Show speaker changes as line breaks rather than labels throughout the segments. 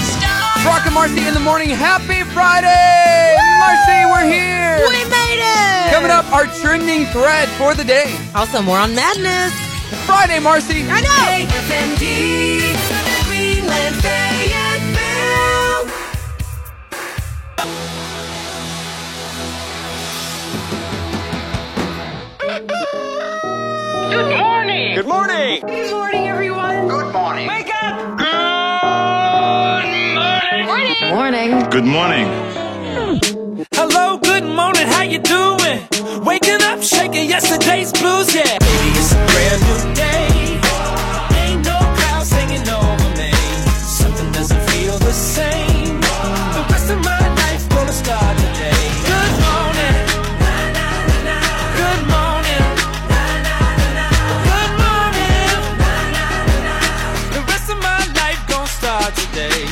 It's Rock and Marcy in the morning. Happy Friday! Marcy, we're here!
We made it!
Coming up, our trending thread for the day.
Also, more on madness.
Friday, Marcy!
I know!
Good morning. Good morning.
Good morning, everyone.
Good morning.
Wake up.
Good morning.
Morning.
Good morning.
Hello, good morning. How you doing? Waking up, shaking yesterday's blues. Yeah, baby, it's a brand new day. Ain't no clouds hanging over me. Something doesn't feel the same. The rest of my life gonna start today. Good morning. Good morning. Good morning. The rest of my life gonna start today.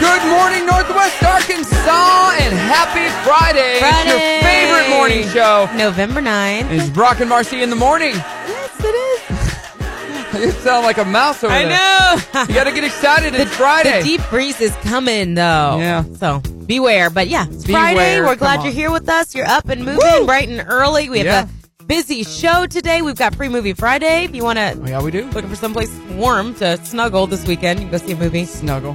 Good morning, Northwest Arkansas, and happy Friday! It's your
Friday.
favorite morning show.
November 9th.
It's Brock and Marcy in the morning.
Yes, it is.
You sound like a mouse over
I
there.
know.
You gotta get excited. It's Friday.
The deep freeze is coming, though.
Yeah.
So beware. But yeah, it's
Beware,
Friday. We're
come
glad
on.
you're here with us. You're up and moving bright and early. We have
Yeah.
a busy show today. We've got pre movie Friday. If you want to.
oh, yeah, we do.
Looking for someplace warm to snuggle this weekend. You can go see a movie.
Snuggle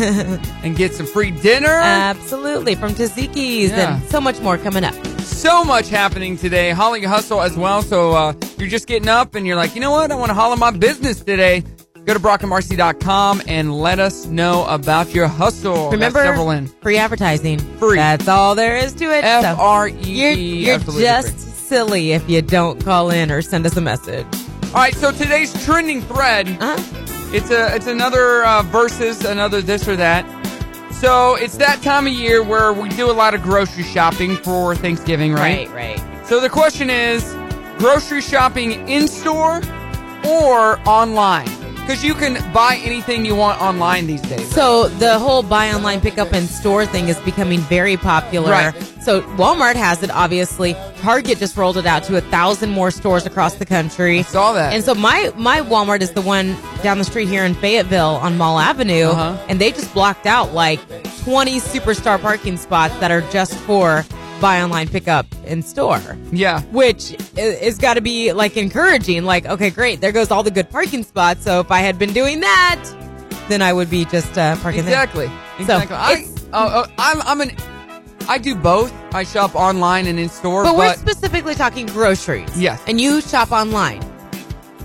and get some free dinner.
Absolutely. From Tzatziki's
Yeah.
and so much more coming up.
so much happening today. Holly Hustle as well. So uh, you're just getting up and you're like, you know what? I want to holla my business today. Go to brockandmarcy.com and let us know about your hustle.
Remember,
Oh, That's several in.
free advertising.
Free.
That's all there is to it.
F
So
R E
you're
E.
you're
absolutely
just
free.
silly if you don't call in or send us a message.
All right, so today's trending thread,
Huh?
it's a it's another uh, versus another this or that. So it's that time of year where we do a lot of grocery shopping for Thanksgiving, right?
right.
So the question is grocery shopping in store or online? Because you can buy anything you want online these days.
So the whole buy online pick up in store thing is becoming very popular.
Right.
So Walmart has it, obviously. Target just rolled it out to a thousand more stores across the country.
Saw that.
And so my my Walmart is the one down the street here in Fayetteville on Mall Avenue,
Uh-huh.
and they just blocked out like 20 superstar parking spots that are just for buy online pickup in store.
yeah.
Which i- is got to be like encouraging. Like, okay, great, there goes all the good parking spots. So if I had been doing that, then I would be just uh, parking there.
Exactly. Exactly. I,
it's-
oh, oh, I'm, I'm an, I do both. I shop online and in store,
But
but,
we're specifically talking groceries.
Yes.
And you shop online.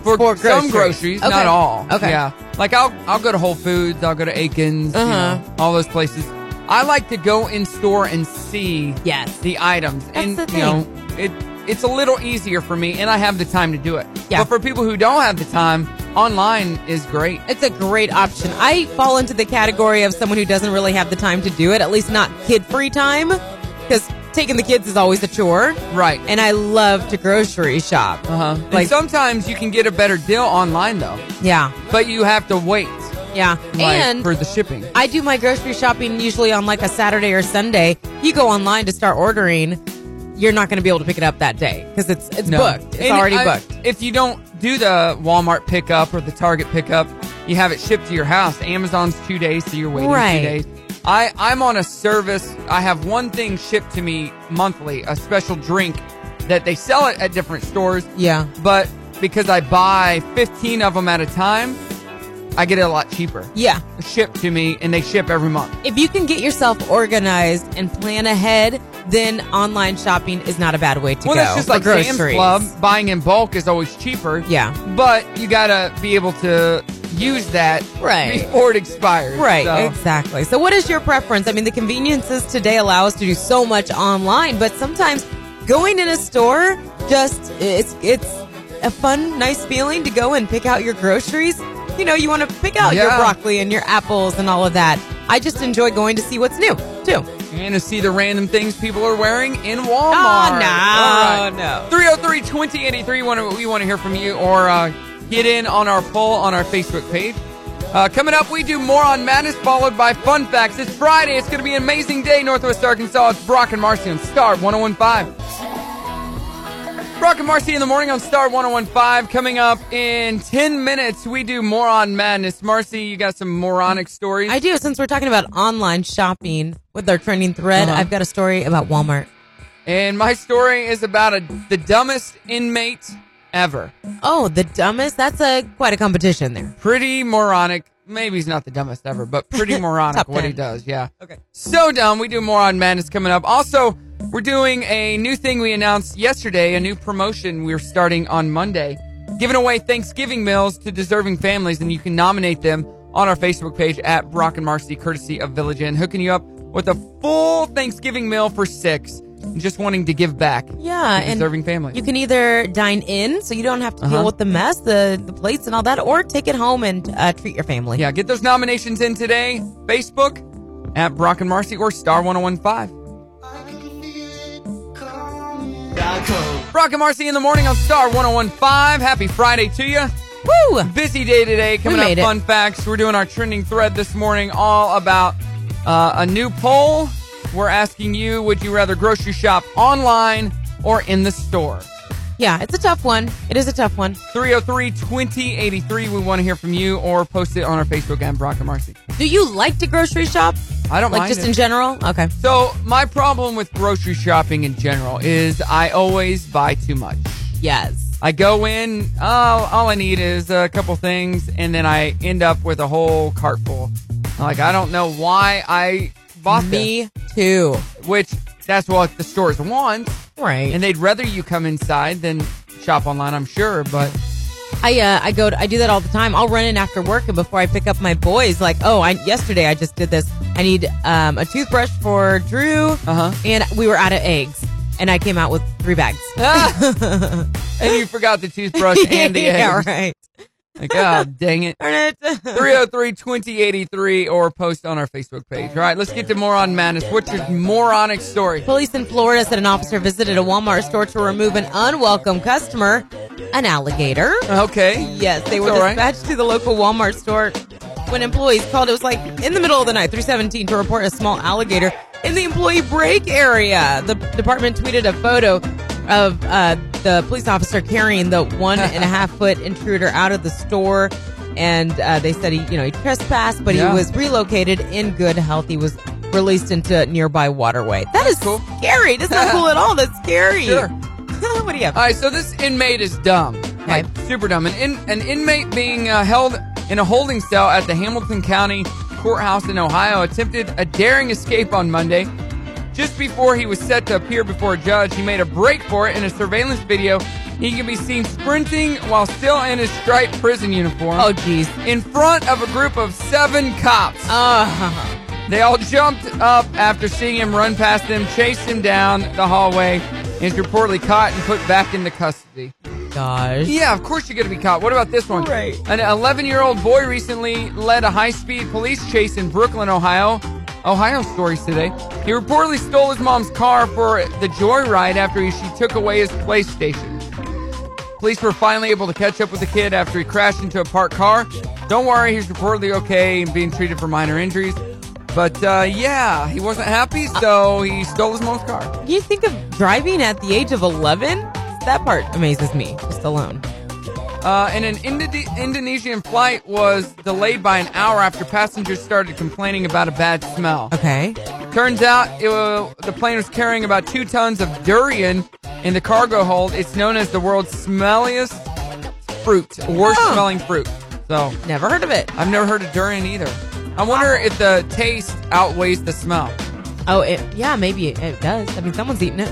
for,
for
some
groceries.
groceries, not
Okay.
all.
Okay.
Yeah. Like I'll, I'll go to Whole Foods, I'll go to Aikens, you
Uh-huh.
know, all those places. I like to go in store and see
Yes.
the items.
That's
and
the
you know, it it's a little easier for me and I have the time to do it.
Yeah.
But for people who don't have the time, online is great.
It's a great option. I fall into the category of someone who doesn't really have the time to do it, at least not kid free time, because taking the kids is always a chore.
Right.
And I love to grocery shop.
uh-huh.
Like,
and sometimes you can get a better deal online though,
yeah,
but you have to wait
yeah.
like,
and
for the shipping.
I do my grocery shopping usually on like a Saturday or Sunday. You go online to start ordering, you're not going to be able to pick it up that day because it's it's booked. It's
And
already
I-
booked.
If you don't do the Walmart pickup or the Target pickup, you have it shipped to your house. Amazon's two days, so you're waiting
Right.
two days. I, I'm on a service. I have one thing shipped to me monthly, a special drink that they sell it at different stores.
Yeah.
But because I buy 15 of them at a time, I get it a lot cheaper.
Yeah.
Shipped to me, and they ship every month.
If you can get yourself organized and plan ahead, then online shopping is not a bad way to
well,
go.
that's just
for
like Sam's
groceries.
Club. Buying in bulk is always cheaper.
Yeah.
But you gotta be able to use that
Right.
before it expires.
Right,
So,
exactly. So, what is your preference? I mean, the conveniences today allow us to do so much online, but sometimes going in a store just it's it's a fun, nice feeling to go and pick out your groceries. You know, you want to pick out your
Yeah.
broccoli and your apples and all of that. I just enjoy going to see what's new too.
and to see the random things people are wearing in Walmart.
Oh, no, no.
303 2083. We want to hear from you or uh, get in on our poll on our Facebook page. Uh, coming up, we do more on Madness, followed by Fun Facts. It's Friday. It's going to be an amazing day, Northwest Arkansas. It's Brock and Marcy on Star 1015. Brock and Marcy in the morning on Star 1015. Coming up in 10 minutes, we do Moron Madness. Marcy, you got some moronic stories?
I do. Since we're talking about online shopping with our trending thread,
Uh-huh.
I've got a story about Walmart.
and my story is about a, the dumbest inmate ever.
Oh, the dumbest. That's a quite a competition there.
Pretty moronic. Maybe he's not the dumbest ever, but pretty moronic
Top
what he
10.
does. Yeah.
Okay.
So dumb. We do Moron Madness coming up. Also, we're doing a new thing we announced yesterday, a new promotion we're starting on Monday, giving away Thanksgiving meals to deserving families, and you can nominate them on our Facebook page at Brock and Marcy, courtesy of Village Inn, hooking you up with a full Thanksgiving meal for six, and just wanting to give back
Yeah,
to
and
deserving families.
You can either dine in, so you don't have to
Uh-huh.
deal with the mess, the the plates, and all that, or take it home and uh, treat your family.
yeah, get those nominations in today. Facebook at Brock and Marcy or Star 1015. Brock and Marcy in the morning on Star 1015. Happy Friday to you.
Woo!
Busy day today. Coming up,
made it.
fun facts. We're doing our trending thread this morning all about uh, a new poll. We're asking you would you rather grocery shop online or in the store?
Yeah, it's a tough one. It is a tough one.
303 2083. We want to hear from you or post it on our Facebook at Brock and Marcy.
Do you like to grocery shop?
I don't
like
mind
just
it.
in general. Okay.
So, my problem with grocery shopping in general is I always buy too much.
Yes.
I go in, oh, all I need is a couple things, and then I end up with a whole cart full. Like, I don't know why I bought me,
Me too.
which that's what the stores want,
Right.
and they'd rather you come inside than shop online, I'm sure, but
I uh, I go to, I do that all the time. I'll run in after work and before I pick up my boys, like oh, I yesterday I just did this. I need um, a toothbrush for Drew,
Uh-huh.
and we were out of eggs, and I came out with three bags.
Ah! and you forgot the toothbrush and the
yeah,
eggs.
right.
Like, oh, dang it.
Darn it.
303 2083 or post on our Facebook page. All right, let's get to Moron Madness. What's your moronic story?
Police in Florida said an officer visited a Walmart store to remove an unwelcome customer, an alligator.
Okay.
Yes, they were
It's all right.
dispatched to the local Walmart store. When employees called, it was like in the middle of the night, 317, to report a small alligator in the employee break area. The department tweeted a photo of uh, the police officer carrying the one and a half foot intruder out of the store. And uh, they said he, you know, he trespassed, but
Yeah.
he was relocated in good health. He was released into a nearby waterway. That is
cool.
scary. That's not cool at all. That's scary.
Sure.
what do you have?
All right, so this inmate is dumb, like super dumb. An, in, an inmate being uh, held in a holding cell at the Hamilton County Courthouse in Ohio attempted a daring escape on Monday. Just before he was set to appear before a judge, he made a break for it in a surveillance video. He can be seen sprinting while still in his striped prison uniform
oh, geez.
in front of a group of seven cops.
Uh,
They all jumped up after seeing him run past them, chased him down the hallway, and is reportedly caught and put back into custody.
gosh.
Yeah, of course you're going to be caught. What about this one?
Right.
An 11 year old boy recently led a high speed police chase in Brooklyn, Ohio. Ohio stories today. He reportedly stole his mom's car for the joyride after he, she took away his PlayStation. Police were finally able to catch up with the kid after he crashed into a parked car. Don't worry, he's reportedly okay and being treated for minor injuries. But uh, yeah, he wasn't happy, so he stole his mom's car.
You think of driving at the age of 11? That part amazes me, just alone.
Uh, and an Indo- Indonesian flight was delayed by an hour after passengers started complaining about a bad smell.
Okay.
Turns out it wa- the plane was carrying about two tons of durian in the cargo hold. It's known as the world's smelliest fruit, worst
Huh.
smelling fruit. So
Never heard of it.
I've never heard of durian either. I wonder if the taste outweighs the smell.
Oh, it, yeah, maybe it, it does. I mean, someone's eating it.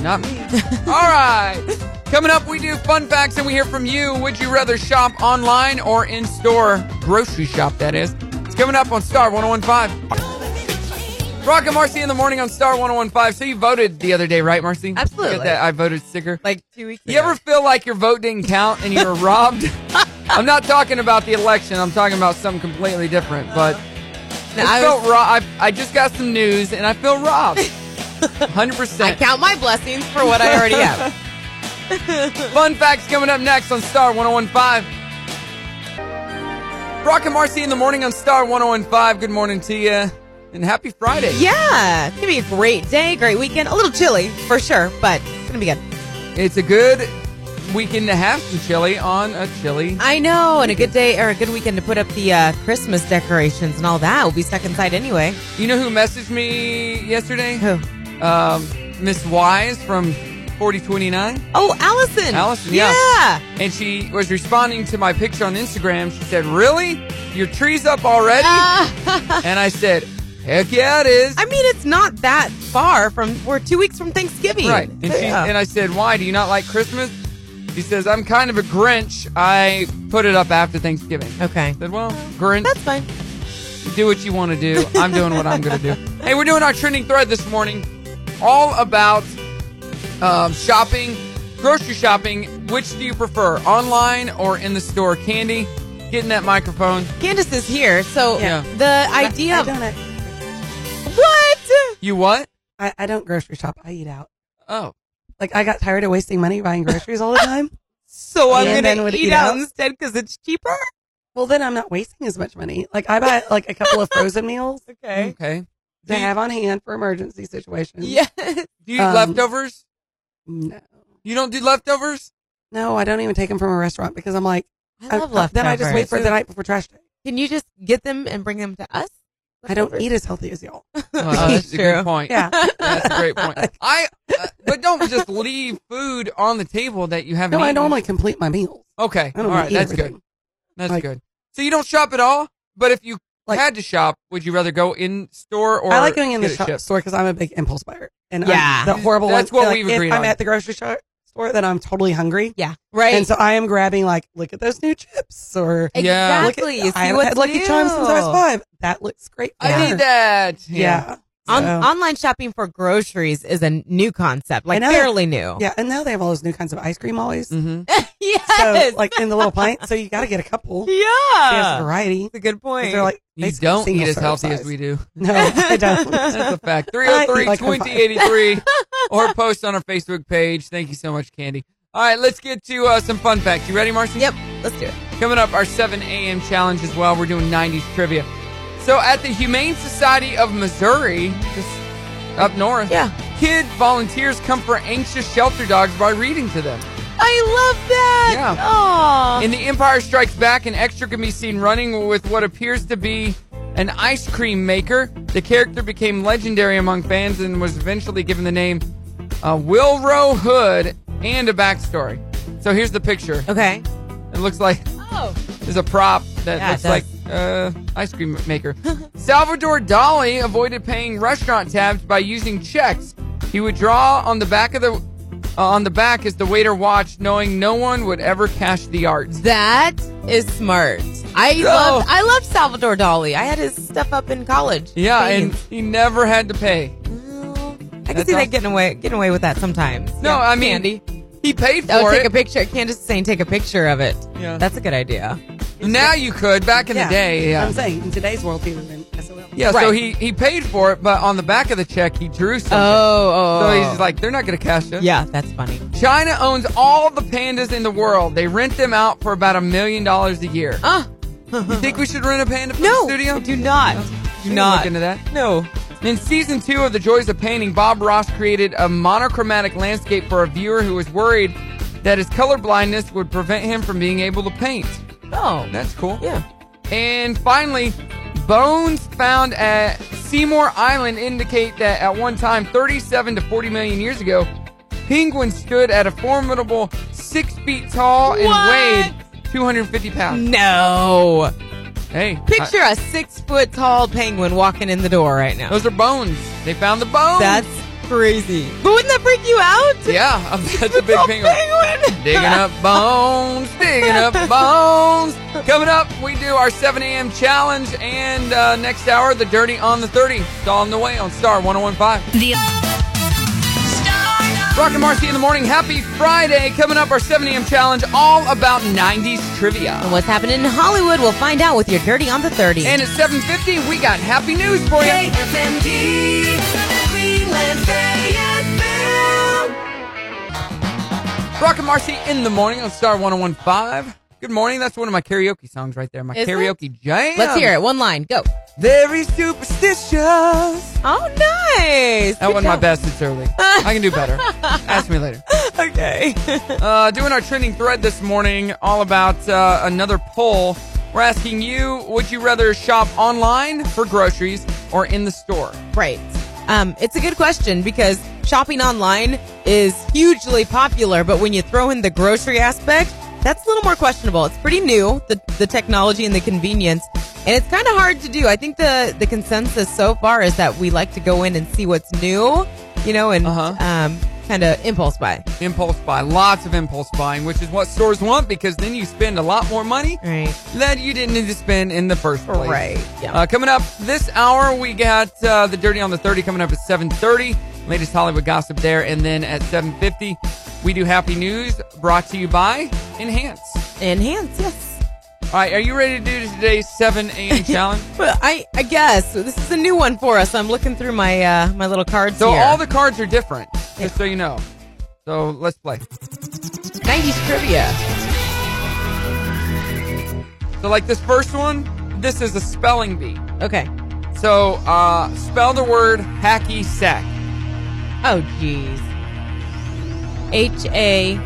Not me. All right. Coming up, we do fun facts and we hear from you. Would you rather shop online or in store? Grocery shop, that is. It's coming up on Star 1015. Brock and Marcy in the morning on Star 1015. So you voted the other day, right, Marcy?
Absolutely.
You got that I voted sticker.
Like two weeks
You ever feel like your vote didn't count and you were robbed? I'm not talking about the election. I'm talking about something completely different. But
Uh, No,
I,
I,
felt
was,
ro- I, I just got some news and I feel robbed. 100%.
I count my blessings for what I already have.
Fun facts coming up next on Star 1015. Brock and Marcy in the morning on Star 1015. Good morning to you and happy Friday.
yeah. It's going to be a great day, great weekend. A little chilly, for sure, but it's going to be good.
It's a good weekend to have some chili on a chili.
I know, and a good day or a good weekend to put up the uh, Christmas decorations and all that. We'll be stuck inside anyway. Oh,
You know who messaged me yesterday?
Who?
Um, Miss Wise from 4029.
Oh, Allison.
Allison, yeah. And she was responding to my picture on Instagram. She said, Really? Your tree's up already? and I said, Heck yeah, it is.
I mean, it's not that far from. We're two weeks from Thanksgiving.
right. And, she,
Yeah.
and I said, Why? Do you not like Christmas? She says, I'm kind of a Grinch. I put it up after Thanksgiving. I
okay.
said, Well, Grinch.
That's fine.
do what you want to do. I'm doing what I'm going to do. Hey, we're doing our trending thread this morning, all about um, shopping, grocery shopping. Which do you prefer, online or in the store? Candy, getting that microphone.
Candace is here, so
Yeah.
the idea
I
of
don't. act-
what?
You what?
I, I don't grocery shop. I eat out.
Oh,
Like I got tired of wasting money buying groceries all the time.
So I'm
Yeah. And then
gonna
would
eat
eat
out
out?
instead because it's cheaper.
well, then I'm not wasting as much money. Like I buy like a couple of frozen meals
Okay.
okay.
to have on hand for emergency situations.
Yeah.
Do you eat
Um,
leftovers?
No.
You don't do leftovers?
No, I don't even take them from a restaurant because I'm like,
Uh, I love
I-
leftovers.
then I just wait for the night before trash day.
Can you just get them and bring them to us?
I don't eat as healthy as y'all.
Well, Oh, that's a
True.
good point.
Yeah.
That's a great point. I, uh, but don't just leave food on the table that you haven't.
No, I
eaten.
normally complete my meals.
Okay,
I
all
don't
right,
eat
that's
everything.
good. That's
Like-
good. So you don't shop at all, but if you
Like-
had to shop, would you rather go in store or
I like going in the
get it
shop,
shipped?
store because I'm a big impulse buyer. And
Yeah.
I'm the horrible
That's
one.
what
like,
we've
if
agreed
I'm
on.
at the grocery shop, store, then I'm totally hungry.
Yeah. Right.
And so I am grabbing like, look at those new chips or
Yeah.
Look at-
exactly. You see
I haven't
what's
had Lucky
new.
Charms since I was five. That looks great. for
I
her.
need that.
Yeah.
On,
So-
online shopping for groceries is a new concept, like
I know.
fairly new.
yeah. And now they have all those new kinds of ice cream always.
hmm
yes.
So like in the little pint. So you got to get a couple.
yeah.
There's
That's
variety.
a good point.
They're like
You
basically
don't eat
single
as
serve
healthy as
size.
we do.
No, I don't.
That's a fact.
I eat like I'm
303-2083 or post on our Facebook page. Thank you so much, Candy. All right, let's get to uh, some fun facts. You ready, Marcy?
yep. Let's do it.
Coming up, our 7 a.m. challenge as well. We're doing 90s trivia. So at the Humane Society of Missouri, just up north,
Yeah.
kid volunteers comfort anxious shelter dogs by reading to them.
I love that.
Yeah.
Aw.
In The Empire Strikes Back, an extra can be seen running with what appears to be an ice cream maker. The character became legendary among fans and was eventually given the name uh, Wilro Hood and a backstory. So here's the picture.
okay.
It looks like
Oh.
there's a prop that
Yeah, it
looks
does.
like uh, ice cream maker. Salvador Dali avoided paying restaurant tabs by using checks. He would draw on the back of the uh, on the back as the waiter watched, knowing no one would ever cash the art.
That is smart. I love I love Salvador Dali. I had his stuff up in college.
Yeah, and
Paintings.
he never had to pay.
Well, I can
That's
see
awesome.
that getting away getting away with that sometimes.
No,
Yeah.
I mean
Candy.
he paid for
Oh, take
it.
a picture. Candace is saying take a picture of it.
Yeah.
That's a good idea.
now you could back in
Yeah.
the day. Yeah,
I'm saying in today's world, people are in SOL.
yeah. So
Right.
he he paid for it, but on the back of the check he drew something.
Oh, oh.
So
oh.
he's like, they're not going to cash it.
Yeah, that's funny.
China owns all the pandas in the world. They rent them out for about a million dollars a year.
Ah.
You think we should rent a panda for
No.
the studio? Oh,
Do not.
We
Do
can
not.
look into that.
No.
In season two of The Joys of Painting, Bob Ross created a monochromatic landscape for a viewer who was worried that his color blindness would prevent him from being able to paint.
Oh.
That's cool.
Yeah.
And finally, bones found at Seymour Island indicate that at one time, 37 to 40 million years ago, penguins stood at a formidable six feet tall and
What?
weighed 250 pounds.
No.
Hey,
Picture
I-
a six foot tall penguin walking in the door right now.
those are bones. They found the bones.
That's crazy. But wouldn't that freak you out?
yeah, that's a big
Tall
penguin. Digging up bones, digging up bones. Coming up, we do our 7 a.m. challenge, and uh, next hour, the Dirty on the 30. It's all on the way on Star 1015.
The
Rock and Marcy in the morning. Happy Friday. Coming up, our 7 a.m. challenge, all about 90s trivia.
What's happening in Hollywood? We'll find out with your dirty on the 30.
And at 7.50, we got happy news for you. Rock and Marcy in the morning on Star 1015. Good morning. That's one of my karaoke songs right there. My
Is it?
karaoke jam.
Let's hear it. One line. Go.
Very superstitious.
Oh, nice.
That wasn't my best. It's early. I can do better. Ask me later.
Okay.
Uh, doing our trending thread this morning, all about uh, another poll. We're asking you: Would you rather shop online for groceries or in the store?
right. Um, it's a good question because shopping online is hugely popular, but when you throw in the grocery aspect, that's a little more questionable. It's pretty new, the, the technology and the convenience, and it's kind of hard to do. I think the, the consensus so far is that we like to go in and see what's new, you know, and
Uh-huh.
um, kind of impulse buy.
Impulse buy, lots of impulse buying, which is what stores want because then you spend a lot more money
Right.
that you didn't need to spend in the first place.
Right, yeah.
Uh, coming up this hour, we got uh, the Dirty on the Thirty coming up at seven thirty. Latest Hollywood gossip there, and then at seven fifty, we do Happy News brought to you by Enhance.
Enhance, yes.
All right, are you ready to do today's 7 a.m. challenge?
Well, I, I guess this is a new one for us. I'm looking through my uh, my little cards
So
here.
all the cards are different, just so you know. So let's play.
90s trivia.
So like this first one, this is a spelling bee.
Okay.
So uh, spell the word hacky sack.
Oh, jeez. H A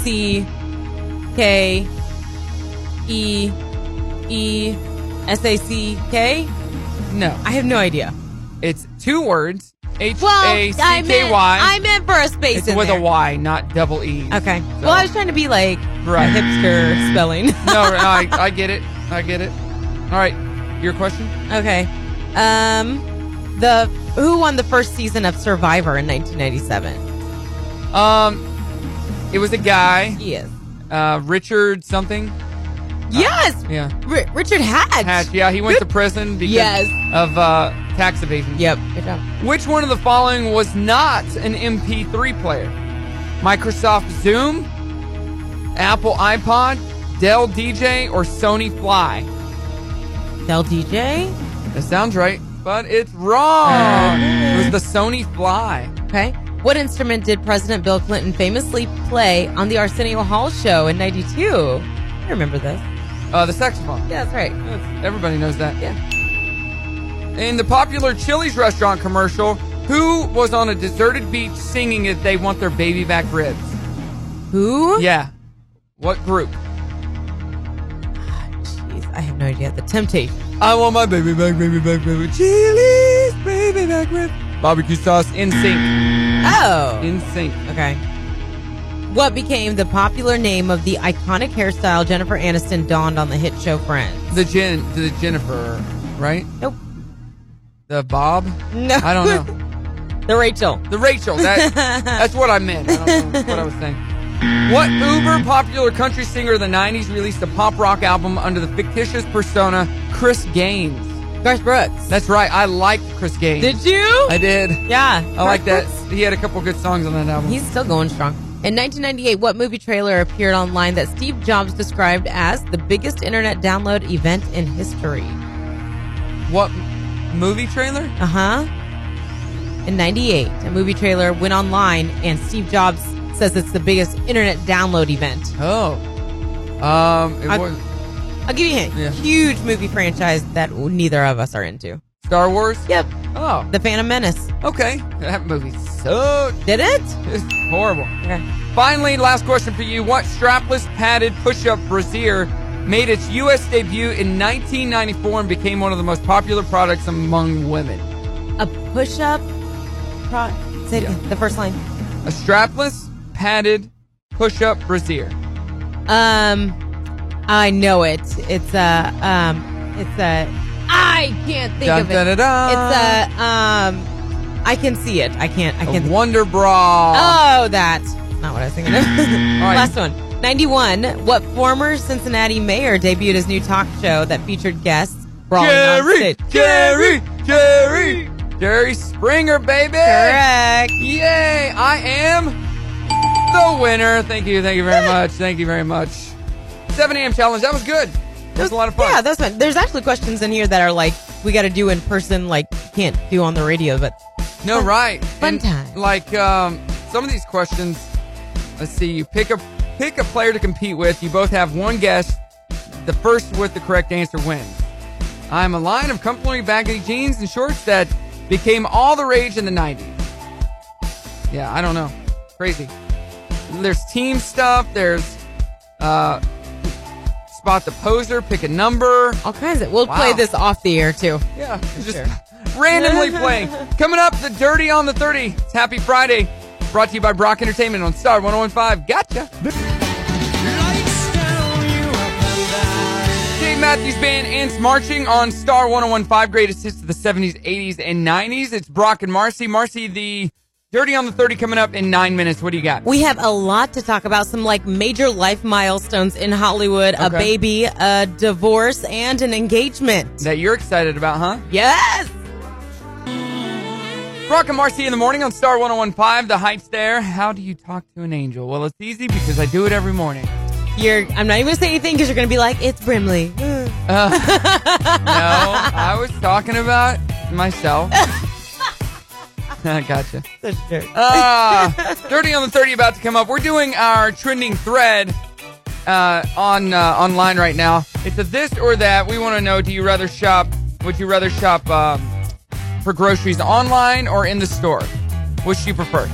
C K E E S A C K.
No,
I have no idea.
it's two words. H
Well,
a c
I
k
meant I
y.
meant for a space
It's
in
with
there.
a y, not double e.
Okay.
So-
Well, I was trying to be like
Right.
hipster spelling.
no, I, I get it. I get it. All right, your question.
okay. Um, the who won the first season of Survivor in 1997?
Um, it was a guy,
Yes.
uh, Richard something.
Yes.
Yeah.
Ri Richard Hatch.
Uh, Hatch, yeah, he went to prison because
Yes.
of uh, tax evasion.
Yep. Good job.
Which one of the following was not an MP3 player? Microsoft Zoom, Apple iPod, Dell DJ, or Sony Fly?
Del DJ.
That sounds right, but it's wrong. It was the Sony Fly.
Okay. What instrument did President Bill Clinton famously play on the Arsenio Hall show in 92? I remember this.
Uh, the saxophone.
Yeah, that's right. Oh,
That's- Everybody knows that.
Yeah.
In the popular Chili's restaurant commercial, who was on a deserted beach singing that they want their baby back ribs?
Who?
Yeah. What group?
Jeez, I have no idea. The Temptation.
I want my baby back, baby back, baby chilies, baby back with barbecue sauce in sync,
Oh.
in sync.
Okay. What became the popular name of the iconic hairstyle Jennifer Aniston donned on the hit show Friends?
The Jen, the Jennifer, right?
Nope.
The Bob?
No.
I don't know.
the Rachel.
The Rachel. That, that's what I meant. I don't know what I was saying. What uber popular country singer of the '90s released a pop rock album under the fictitious persona Chris Gaines?
Garth Brooks.
That's right. I liked Chris Gaines.
Did you?
I did.
yeah.
I like that. He had a couple good songs on that album.
He's still going strong. In 1998, what movie trailer appeared online that Steve Jobs described as the biggest internet download event in history?
what movie trailer?
Uh huh. In 98, a movie trailer went online and Steve Jobs says it's the biggest internet download event.
Oh. Um, it
I-
was
I'll give you a hint.
Yeah.
Huge movie franchise that neither of us are into.
Star Wars.
Yep.
Oh,
The Phantom Menace.
okay. That movie sucked.
Did it?
It's horrible.
Okay.
Finally, last question for you. What strapless padded push-up brassiere made its U.S. debut in 1994 and became one of the most popular products among women?
A push up. Pro- say it
Yeah.
again. The first line.
A strapless padded push-up brassiere.
Um, I know it. It's a um, it's a. I can't think
Dun,
of it.
dun, dun, dun.
It's a um, I can see it. I can't. I
A
can't.
wonder bra.
oh, that. Not what I was thinking of.
right.
Last one. 91. What former Cincinnati mayor debuted his new talk show that featured guests brawling on
Jerry,
stage?
Jerry, Jerry, Jerry Springer, baby.
Correct.
Yay! I am the winner. Thank you, thank you very much, thank you very much. 7 a.m. challenge. That was good. That was a lot of fun.
Yeah, that's fun. There's actually questions in here that are like we got to do in person, like can't do on the radio, but
no, right.
Fun time.
Like um, some of these questions. Let's see. You pick a Pick a player to compete with. You both have one guess. The first with the correct answer wins. I'm a line of comfortably baggy jeans and shorts that became all the rage in the 90s. Yeah, I don't know. Crazy. There's team stuff. There's uh, spot the poser, pick a number.
All kinds of. We'll
Wow.
play this off the air too.
Yeah, just randomly playing. Coming up, the Dirty on the 30. It's Happy Friday. Brought to you by Brock Entertainment on Star 1015. Gotcha. Dave Matthews Band ants marching on Star 1015. Greatest hits of the 70s, 80s, and 90s. It's Brock and Marcy. Marcy, the Dirty on the 30 coming up in nine minutes. What do you got?
We have a lot to talk about. Some like major life milestones in Hollywood: a
Okay.
baby, a divorce, and an engagement.
That you're excited about, huh?
Yes.
Brock and Marcy in the morning on Star 1015, The Heights there. How do you talk to an angel? Well, it's easy because I do it every morning.
You're. I'm not even gonna say anything because you're gonna be like, it's Brimley.
No, I was talking about myself. gotcha.
Oh,
Ah, Dirty on the 30 about to come up. We're doing our trending thread uh, on uh, online right now. It's a this or that. We want to know: Do you rather shop? Would you rather shop um, for groceries online or in the store? Which do you prefer?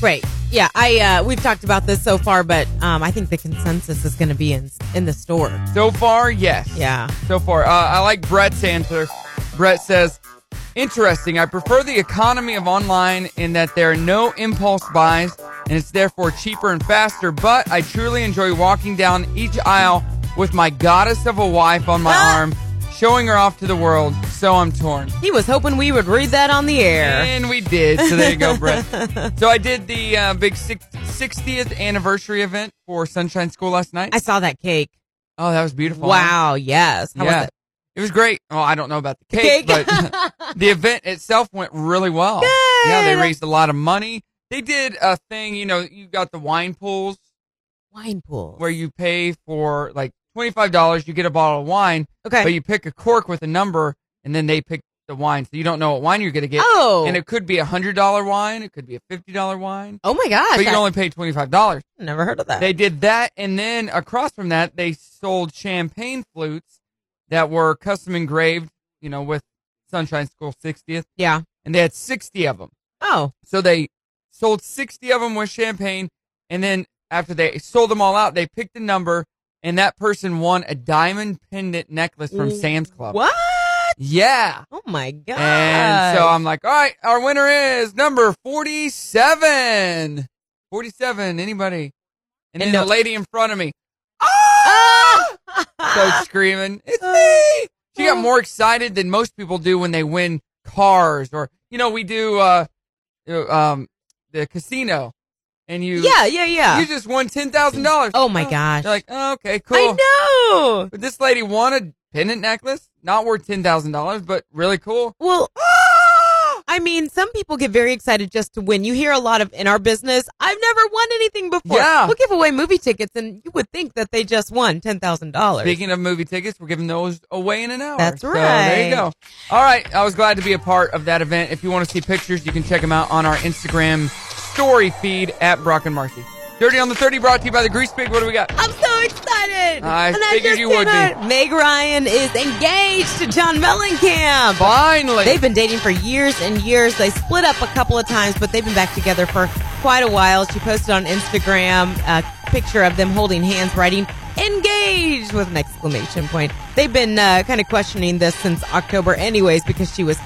Right. Yeah. I. Uh, we've talked about this so far, but um, I think the consensus is gonna be in in the store.
So far, yes.
Yeah.
so far. Uh, I like Brett's answer. Brett says, Interesting. I prefer the economy of online in that there are no impulse buys and it's therefore cheaper and faster, but I truly enjoy walking down each aisle with my goddess of a wife on my
Ah.
arm, showing her off to the world, so I'm torn.
He was hoping we would read that on the air.
And we did. So there you go, Brett. so I did the uh, big six- 60th anniversary event for Sunshine School last night.
I saw that cake.
oh, that was beautiful.
Wow. Yes. How
yeah.
was it?
It was great. Well, I don't know about the
Cake.
cake, but the event itself went really well. Yeah, they
Good.
raised a lot of money. They did a thing, you know, you got the wine pools
Wine pool.
where you pay for like $25, you get a bottle of wine,
okay.
but you pick a cork with a number and then they pick the wine. So you don't know what wine you're going to get.
oh.
And it could be a $100 wine, it could be a $50 wine,
oh my gosh.
but you
I-
only pay $25.
Never heard of that.
They did that, and then across from that, they sold champagne flutes that were custom engraved, you know, with Sunshine School 60th,
yeah.
and they had 60 of them.
Oh.
So they sold 60 of them with champagne, and then after they sold them all out, they picked a number, and that person won a diamond pendant necklace from Sam's Club.
What?
Yeah.
Oh my god.
And so I'm like, all right, our winner is number 47. 47, anybody? And,
And
then
no-
the lady in front of me starts
Ah!
screaming, it's me! She got more excited than most people do when they win cars or, you know, we do, uh, uh, um, the casino and you,
yeah, yeah, yeah.
you just won $10,000.
oh my gosh.
You're like, oh, okay, cool.
I know.
But this lady won a pendant necklace, not worth $10,000, but really cool.
Well,
Ah!
I mean, some people get very excited just to win. You hear a lot of in our business, I've never won anything before.
Yeah.
We'll give away movie tickets and you would think that they just won $10,000.
Speaking of movie tickets, we're giving those away in an hour.
That's
So there
right.
you go. All right. I was glad to be a part of that event. If you want to see pictures, you can check them out on our Instagram story feed at Brock and Marcy. Dirty on the 30 brought to you by the Grease Pig. What do we got?
I'm so excited.
I
and
figured
just
you would
came
be.
out- Meg Ryan is engaged to John Mellencamp.
Finally.
They've been dating for years and years. They split up a couple of times, but they've been back together for quite a while. She posted on Instagram a picture of them holding hands, writing engaged with an exclamation point. They've been uh, kind of questioning this since October, anyways, because she was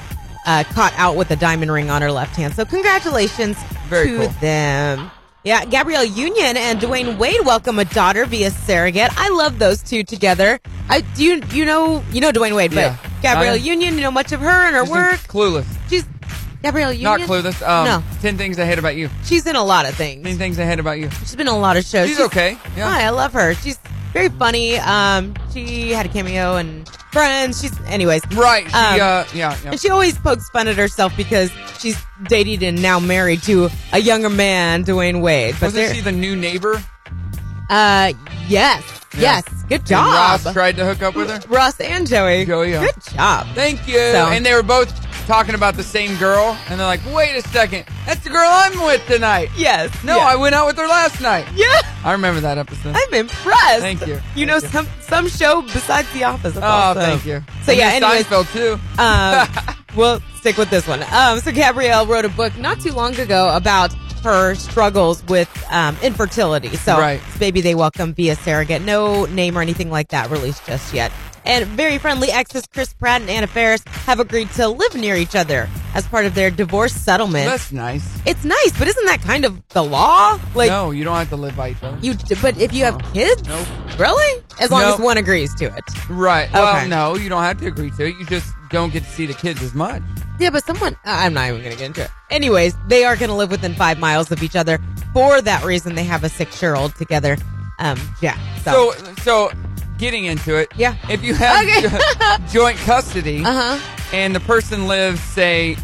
uh, caught out with a diamond ring on her left hand. So, congratulations
Very
to
cool.
them. Yeah, Gabrielle Union and Dwayne Wade welcome a daughter via surrogate. I love those two together. I do you, you know you know Dwayne Wade, but
Yeah.
Gabrielle
I-
Union, you know much of her and her
Just
work.
Clueless.
She's Gabrielle Union.
Not clueless. Um,
no,
10 things I hate about you.
she's in a lot of
10
things.
things I hate about you.
She's been in a lot of shows.
She's okay. Yeah.
Hi, I love her. She's very funny. Um, she had a cameo in Friends. She's, anyways,
Right. She,
Um,
uh, yeah, yeah.
and she always pokes fun at herself because she's dated and now married to a younger man, Dwayne Wade. But
Wasn't
they're-
she the new neighbor?
uh, yes,
Yeah.
yes, good
And
job,
Ross tried to hook up with her?
Ross and Joey.
Joey, yeah.
good job.
Thank you.
So-
And they were both talking about the same girl, and they're like, wait a second, that's the girl I'm with tonight.
Yes.
No, I went out with her last night.
Yeah.
I remember that episode.
I'm impressed.
Thank you.
You know
Thank you.
some some show besides The Office. that's
oh,
awesome.
thank you.
So
And
yeah,
then
anyways,
Seinfeld too.
um, we'll stick with this one. Um, so Gabrielle wrote a book not too long ago about her struggles with um, infertility. So
Right.
this baby they welcome via surrogate, no name or anything like that released just yet. And very friendly exes Chris Pratt and Anna Faris have agreed to live near each other as part of their divorce settlement.
That's nice.
it's nice, but isn't that kind of the law? Like
no, you don't have to live by each other.
you, but if you have kids,
Nope.
really, as long
Nope.
as one agrees to it.
Right.
Okay.
Well, no, you don't have to agree to it. You just don't get to see the kids as much.
Yeah, but someone. I- I'm not even going to get into it. Anyways, they are going to live within five miles of each other. For that reason, they have a six year old together. Um, yeah. So,
So, so getting into it.
Yeah.
If you have
Okay.
jo- joint custody
uh huh.
and the person lives, say,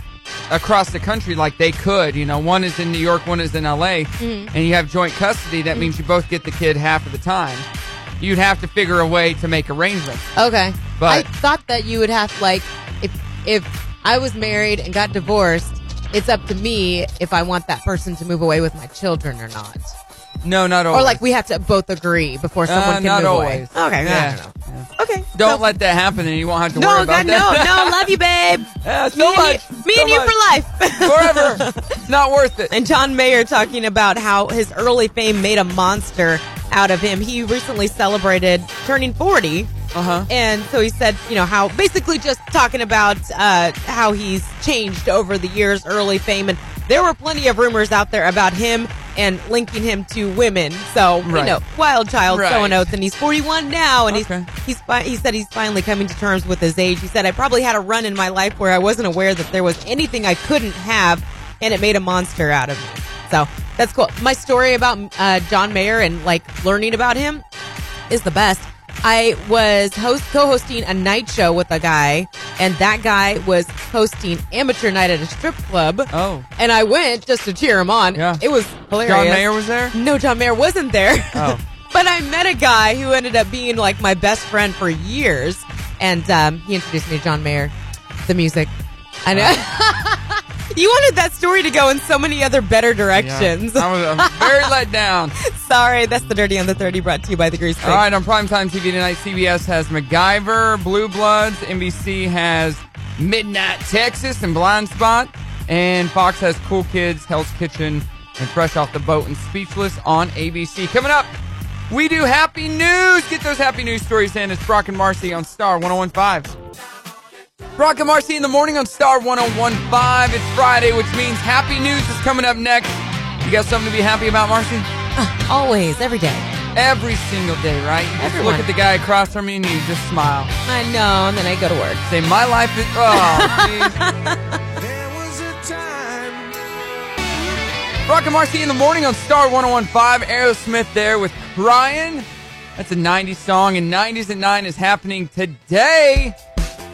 across the country, like they could, you know, one is in New York, one is in LA,
Mm-hmm.
and you have joint custody, that means you both get the kid half of the time. You'd have to figure a way to make arrangements.
Okay.
But-
I thought that you would have like if if I was married and got divorced, it's up to me if I want that person to move away with my children or not.
No, not always.
Or like we have to both agree before
Uh,
someone can
not
move away.
always.
Okay.
Yeah.
I don't know. Okay.
Don't
so-
let that happen, and you won't have to worry
No,
about
God, no,
that.
no. Love you, babe.
Yeah,
me
so much.
and you, me
so
and you
much.
for life.
forever. It's not worth it.
and John Mayer talking about how his early fame made a monster out of him. He recently celebrated turning 40.
Uh-huh.
And so he said, you know, how basically just talking about uh, how he's changed over the years, early fame. And there were plenty of rumors out there about him and linking him to women. So, you
Right.
know, wild child, so
Right.
and oats. And he's 41 now. And
Okay.
he's, he's fi- he said he's finally coming to terms with his age. He said, I probably had a run in my life where I wasn't aware that there was anything I couldn't have, and it made a monster out of me. So that's cool. My story about uh, John Mayer and like learning about him is the best. I was host co-hosting a night show with a guy, and that guy was hosting amateur night at a strip club.
Oh.
And I went just to cheer him on.
Yeah.
It was hilarious.
John Mayer was there?
No, John Mayer wasn't there.
Oh.
but I met a guy who ended up being like my best friend for years, and um, he introduced me to John Mayer, the music. I know. you wanted that story to go in so many other better directions.
Yeah. I was I'm very let down.
Sorry, that's the Dirty on the 30 brought to you by the Grease Pig.
All right, on primetime TV tonight, CBS has MacGyver, Blue Bloods, NBC has Midnight Texas and Blind Spot, and Fox has Cool Kids, Hell's Kitchen, and Fresh Off the Boat and Speechless on ABC. Coming up, we do Happy News. Get those Happy News stories in. It's Brock and Marcy on Star 1015. Brock and Marcy in the morning on Star 1015. It's Friday, which means happy news is coming up next. You got something to be happy about, Marcy?
Always, every day.
Every single day, right? You just
Everyone.
look at the guy across from you and you just smile.
I know, and then I go to work.
Say, my life is. Oh, geez.
There was a time.
Rock and Marcy in the morning on Star 1015. Aerosmith there with Crying. That's a 90s song, and 90s at 9 is happening today.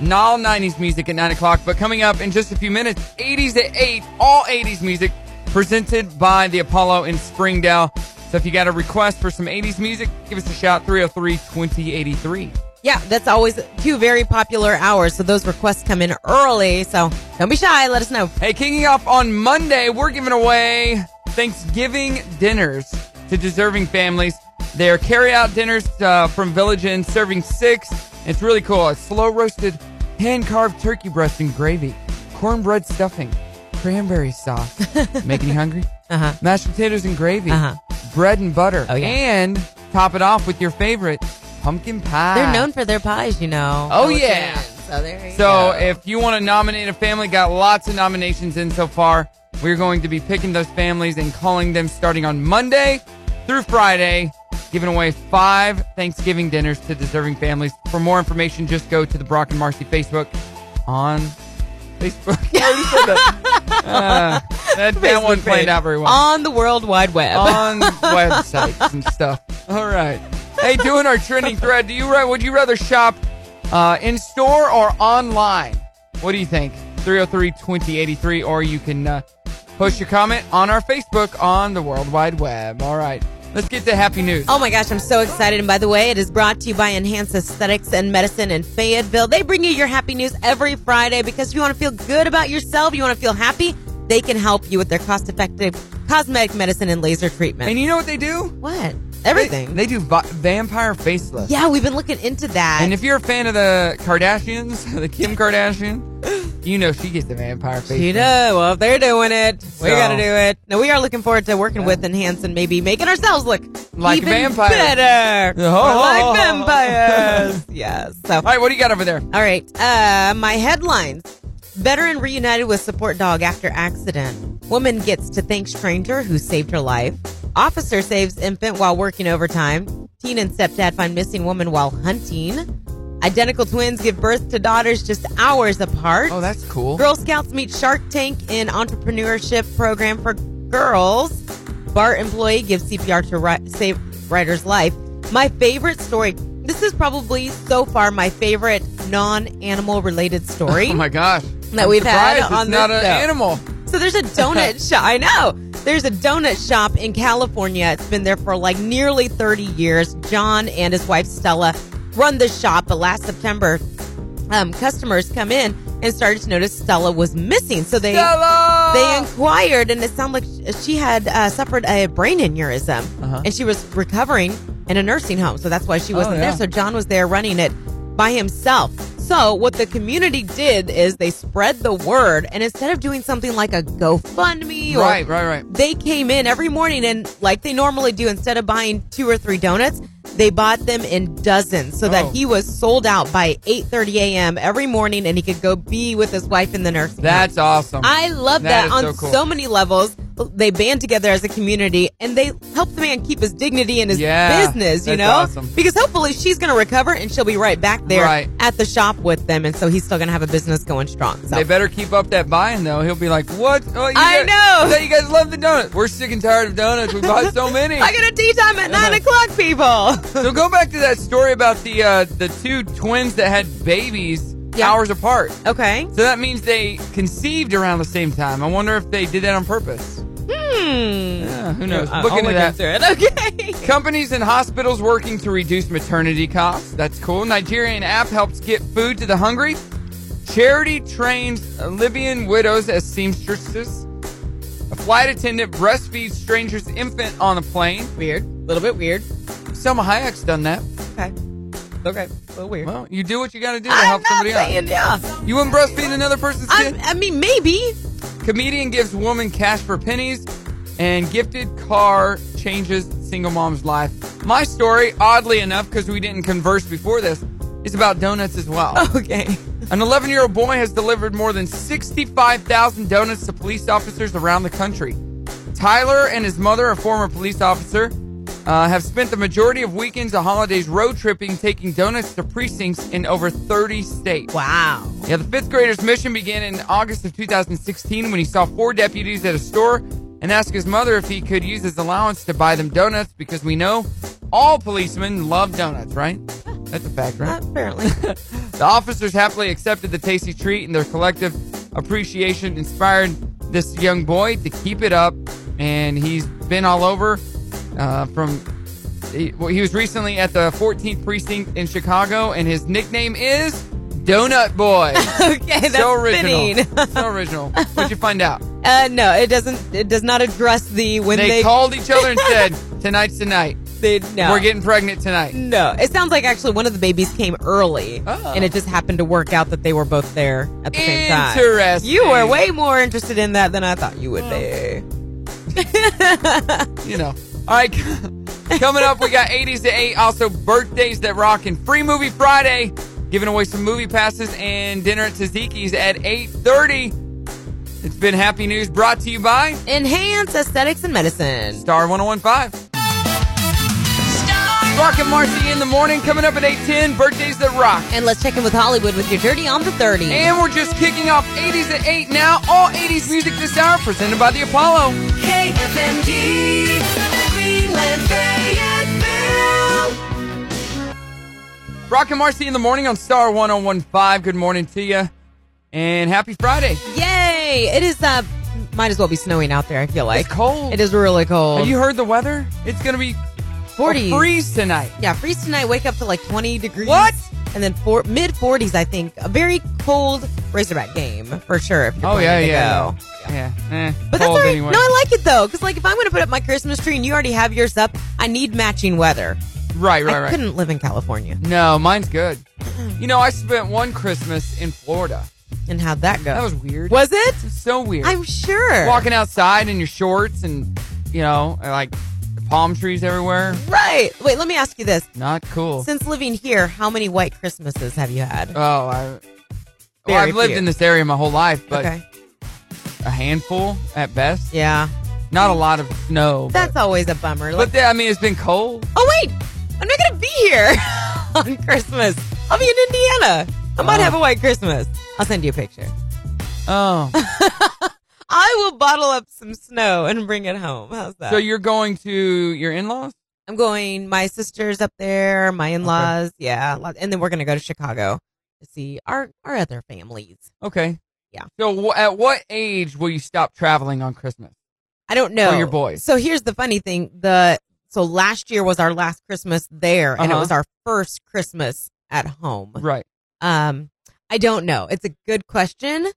And all 90s music at 9 o'clock, but coming up in just a few minutes, 80s at 8, all 80s music presented by the Apollo in Springdale. So if you got a request for some 80s music, give us a shout 303 2083.
Yeah, that's always two very popular hours, so those requests come in early. So don't be shy. Let us know.
Hey, kicking off on Monday, we're giving away Thanksgiving dinners to deserving families. They're carry-out dinners uh, from Village Inn, serving six. It's really cool. A slow-roasted, hand-carved turkey breast and gravy, cornbread stuffing, cranberry sauce. Making you hungry? Uh-huh. Mashed potatoes and gravy,
Uh-huh.
bread and butter,
Oh, yeah.
and top it off with your favorite pumpkin pie.
They're known for their pies, you know.
Ah. Oh, yeah.
So there you
So
go.
if you want to nominate a family, got lots of nominations in so far. We're going to be picking those families and calling them starting on Monday through Friday, giving away five Thanksgiving dinners to deserving families. For more information, just go to the Brock and Marcy Facebook on Facebook. I already said that. Uh, that, that one
Facebook
played
page.
out very well Oh.
on the World Wide Web.
on websites and stuff. All right. Hey, doing our trending thread. Do you ra- would you rather shop uh, in store or online? What do you think? 303-2083 or you can uh, post your comment on our Facebook on the World Wide Web. All right. Let's get to happy news.
Oh my gosh, I'm so excited. And by the way, it is brought to you by Enhanced Aesthetics and Medicine in Fayetteville. They bring you your happy news every Friday because if you want to feel good about yourself, you want to feel happy, they can help you with their cost effective cosmetic medicine and laser treatment.
And you know what they do?
what?
They-
Everything.
They, do vi- vampire facelifts.
yeah, we've been looking into that.
And if you're a fan of the Kardashians, the Kim Kardashian, you know she gets the vampire face.
you know, well, if they're doing it, we
So-
gotta do it. No, we are looking forward to working with Enhanced and maybe making ourselves look
Like
even
vampires.
better.
Oh.
We're like vampires. yes. So,
All right, what do you got over there?
All right. Uh, my headlines. Veteran reunited with support dog after accident. Woman gets to thank stranger who saved her life. Officer saves infant while working overtime. Teen and stepdad find missing woman while hunting. Identical twins give birth to daughters just hours apart.
Oh, that's cool.
Girl Scouts meet Shark Tank in entrepreneurship program for girls. BART employee gives CPR to ri- save writer's life. My favorite story. This is probably so far my favorite non-animal related story.
Oh my gosh.
That
I'm
we've had
surprised
on
it's not
this
an
show.
animal.
So there's a donut shop. I know. There's a donut shop in California. It's been there for like nearly 30 years. John and his wife Stella run the shop, but last September, um, customers come in and started to notice Stella was missing. So they
Hello.
they inquired, and it sounded like she had uh, suffered a brain aneurysm,
Uh-huh.
and she was recovering in a nursing home. So that's why she wasn't
Oh, yeah.
there. So John was there running it by himself. So what the community did is they spread the word, and instead of doing something like a GoFundMe or
right, right, right.
they came in every morning and like they normally do instead of buying two or three donuts they bought them in dozens so
Oh.
that he was sold out by 8.30 a.m every morning and he could go be with his wife in the nursing home.
That's awesome.
i love
That
that,
is
on
so
so,
cool.
many levels they band together as a community and they help the man keep his dignity and his
Yeah,
business you
that's
know
awesome.
because hopefully she's gonna recover and she'll be right back there
Right.
at the shop with them and so he's still gonna have a business going strong so.
They better keep up that buying though. He'll be like, "What? Oh, you
I
guys-
know.
I thought you guys love the donut. We're sick and tired of donuts. We bought so many.
I got a tea time at nine o'clock, people.
so go back to that story about the uh, the two twins that had babies
Yeah.
hours apart.
Okay.
So that means they conceived around the same time. I wonder if they did that on purpose.
Hmm.
Yeah, who knows?
I'll
Look into
look
that.
into it. Okay.
Companies and hospitals working to reduce maternity costs. That's cool. Nigerian app helps get food to the hungry. Charity trains Libyan widows as seamstresses. A flight attendant breastfeeds stranger's infant on a plane.
Weird. A little bit weird.
Selma Hayek's done that.
Okay. Okay. A little weird.
Well, you do what you got to do to
I'm
help
not
somebody out.
saying yeah.
You wouldn't breastfeed another person's
I'm,
kid?
I mean, maybe.
Comedian gives woman cash for pennies, and gifted car changes single mom's life. My story, oddly enough, because we didn't converse before this, is about donuts as well.
Okay.
An 11 year old boy has delivered more than 65,000 donuts to police officers around the country. Tyler and his mother, a former police officer, uh, have spent the majority of weekends and holidays road tripping, taking donuts to precincts in over 30 states.
Wow.
Yeah, the fifth grader's mission began in August of 2016 when he saw four deputies at a store and asked his mother if he could use his allowance to buy them donuts because we know all policemen love donuts, right? That's a fact, right?
Apparently.
The officers happily accepted the tasty treat, and their collective appreciation inspired this young boy to keep it up. And he's been all over uh, from. He, well, he was recently at the 14th precinct in Chicago, and his nickname is Donut Boy.
okay. That's
so
fitting.
original. so original. What'd you find out?
uh, no, it doesn't. It does not address the when
They,
they,
called each other and said, "Tonight's the night.
they- no.
We're getting pregnant tonight."
No, it sounds like actually one of the babies came early,
Oh.
and it just happened to work out that they were both there at the same time.
Interesting. Oh.
You were way more interested in that than I thought you would be.
you know. All right, coming up, we got 80s to 8, also birthdays that rock and free movie Friday, giving away some movie passes and dinner at Tzatziki's at 8.30. It's been Happy News brought to you by
Enhance aesthetics and medicine.
Star 1015. Rock and Marcy in the morning, coming up at 8.10, birthdays that rock.
And let's check in with Hollywood with your dirty on the 30.
And we're just kicking off 80s at 8 now, all 80s music this hour, presented by the Apollo.
KFMD, Greenland, Fayetteville.
Rock and Marcy in the morning on Star 1015. Good morning to you, and happy Friday.
Yay! It is uh, might as well be snowing out there. I feel like
It's cold.
It is really cold.
Have you heard the weather? It's going to be
Forties.
a freeze tonight.
Yeah, freeze tonight. Wake up to like 20 degrees.
What?
And then four, mid 40s, I think. A very cold Razorback game for sure. if you're
Oh, yeah,
planning to
yeah.
go.
Yeah. Eh,
But that's all
cold
right.
anyway.
No, I like it though, because like if I'm going to put up my Christmas tree and you already have yours up, I need matching weather.
right, right,
I
right.
couldn't live in California.
No, mine's good. You know, I spent one Christmas in Florida.
And how'd that go?
That was weird.
Was it?
It's so weird.
I'm sure.
walking outside in your shorts and you know like palm trees everywhere
Right. Wait, let me ask you this.
not cool
Since living here, how many white Christmases have you had?
oh i well,
Very
i've lived
few.
in this area my whole life but
okay.
a handful at best
Yeah.
not a lot of snow but,
That's always a bummer. Like,
but th- i mean it's been cold
Oh wait, I'm not gonna be here on Christmas. I'll be in Indiana. I might
Oh.
have a white Christmas. I'll send you a picture.
oh
I will bottle up some snow and bring it home. How's that?
so you're going to your in-laws
I'm going. My sister's up there. My in-laws. Yeah, lot- and then we're gonna go to Chicago to see our our other families.
okay
Yeah.
so w- at what age will you stop traveling on christmas
I don't know.
Or Oh, your boys.
So here's the funny thing. The so last year was our last Christmas there, and it
Uh-huh.
was our first Christmas at home.
right
Um, I don't know. It's a good question.
because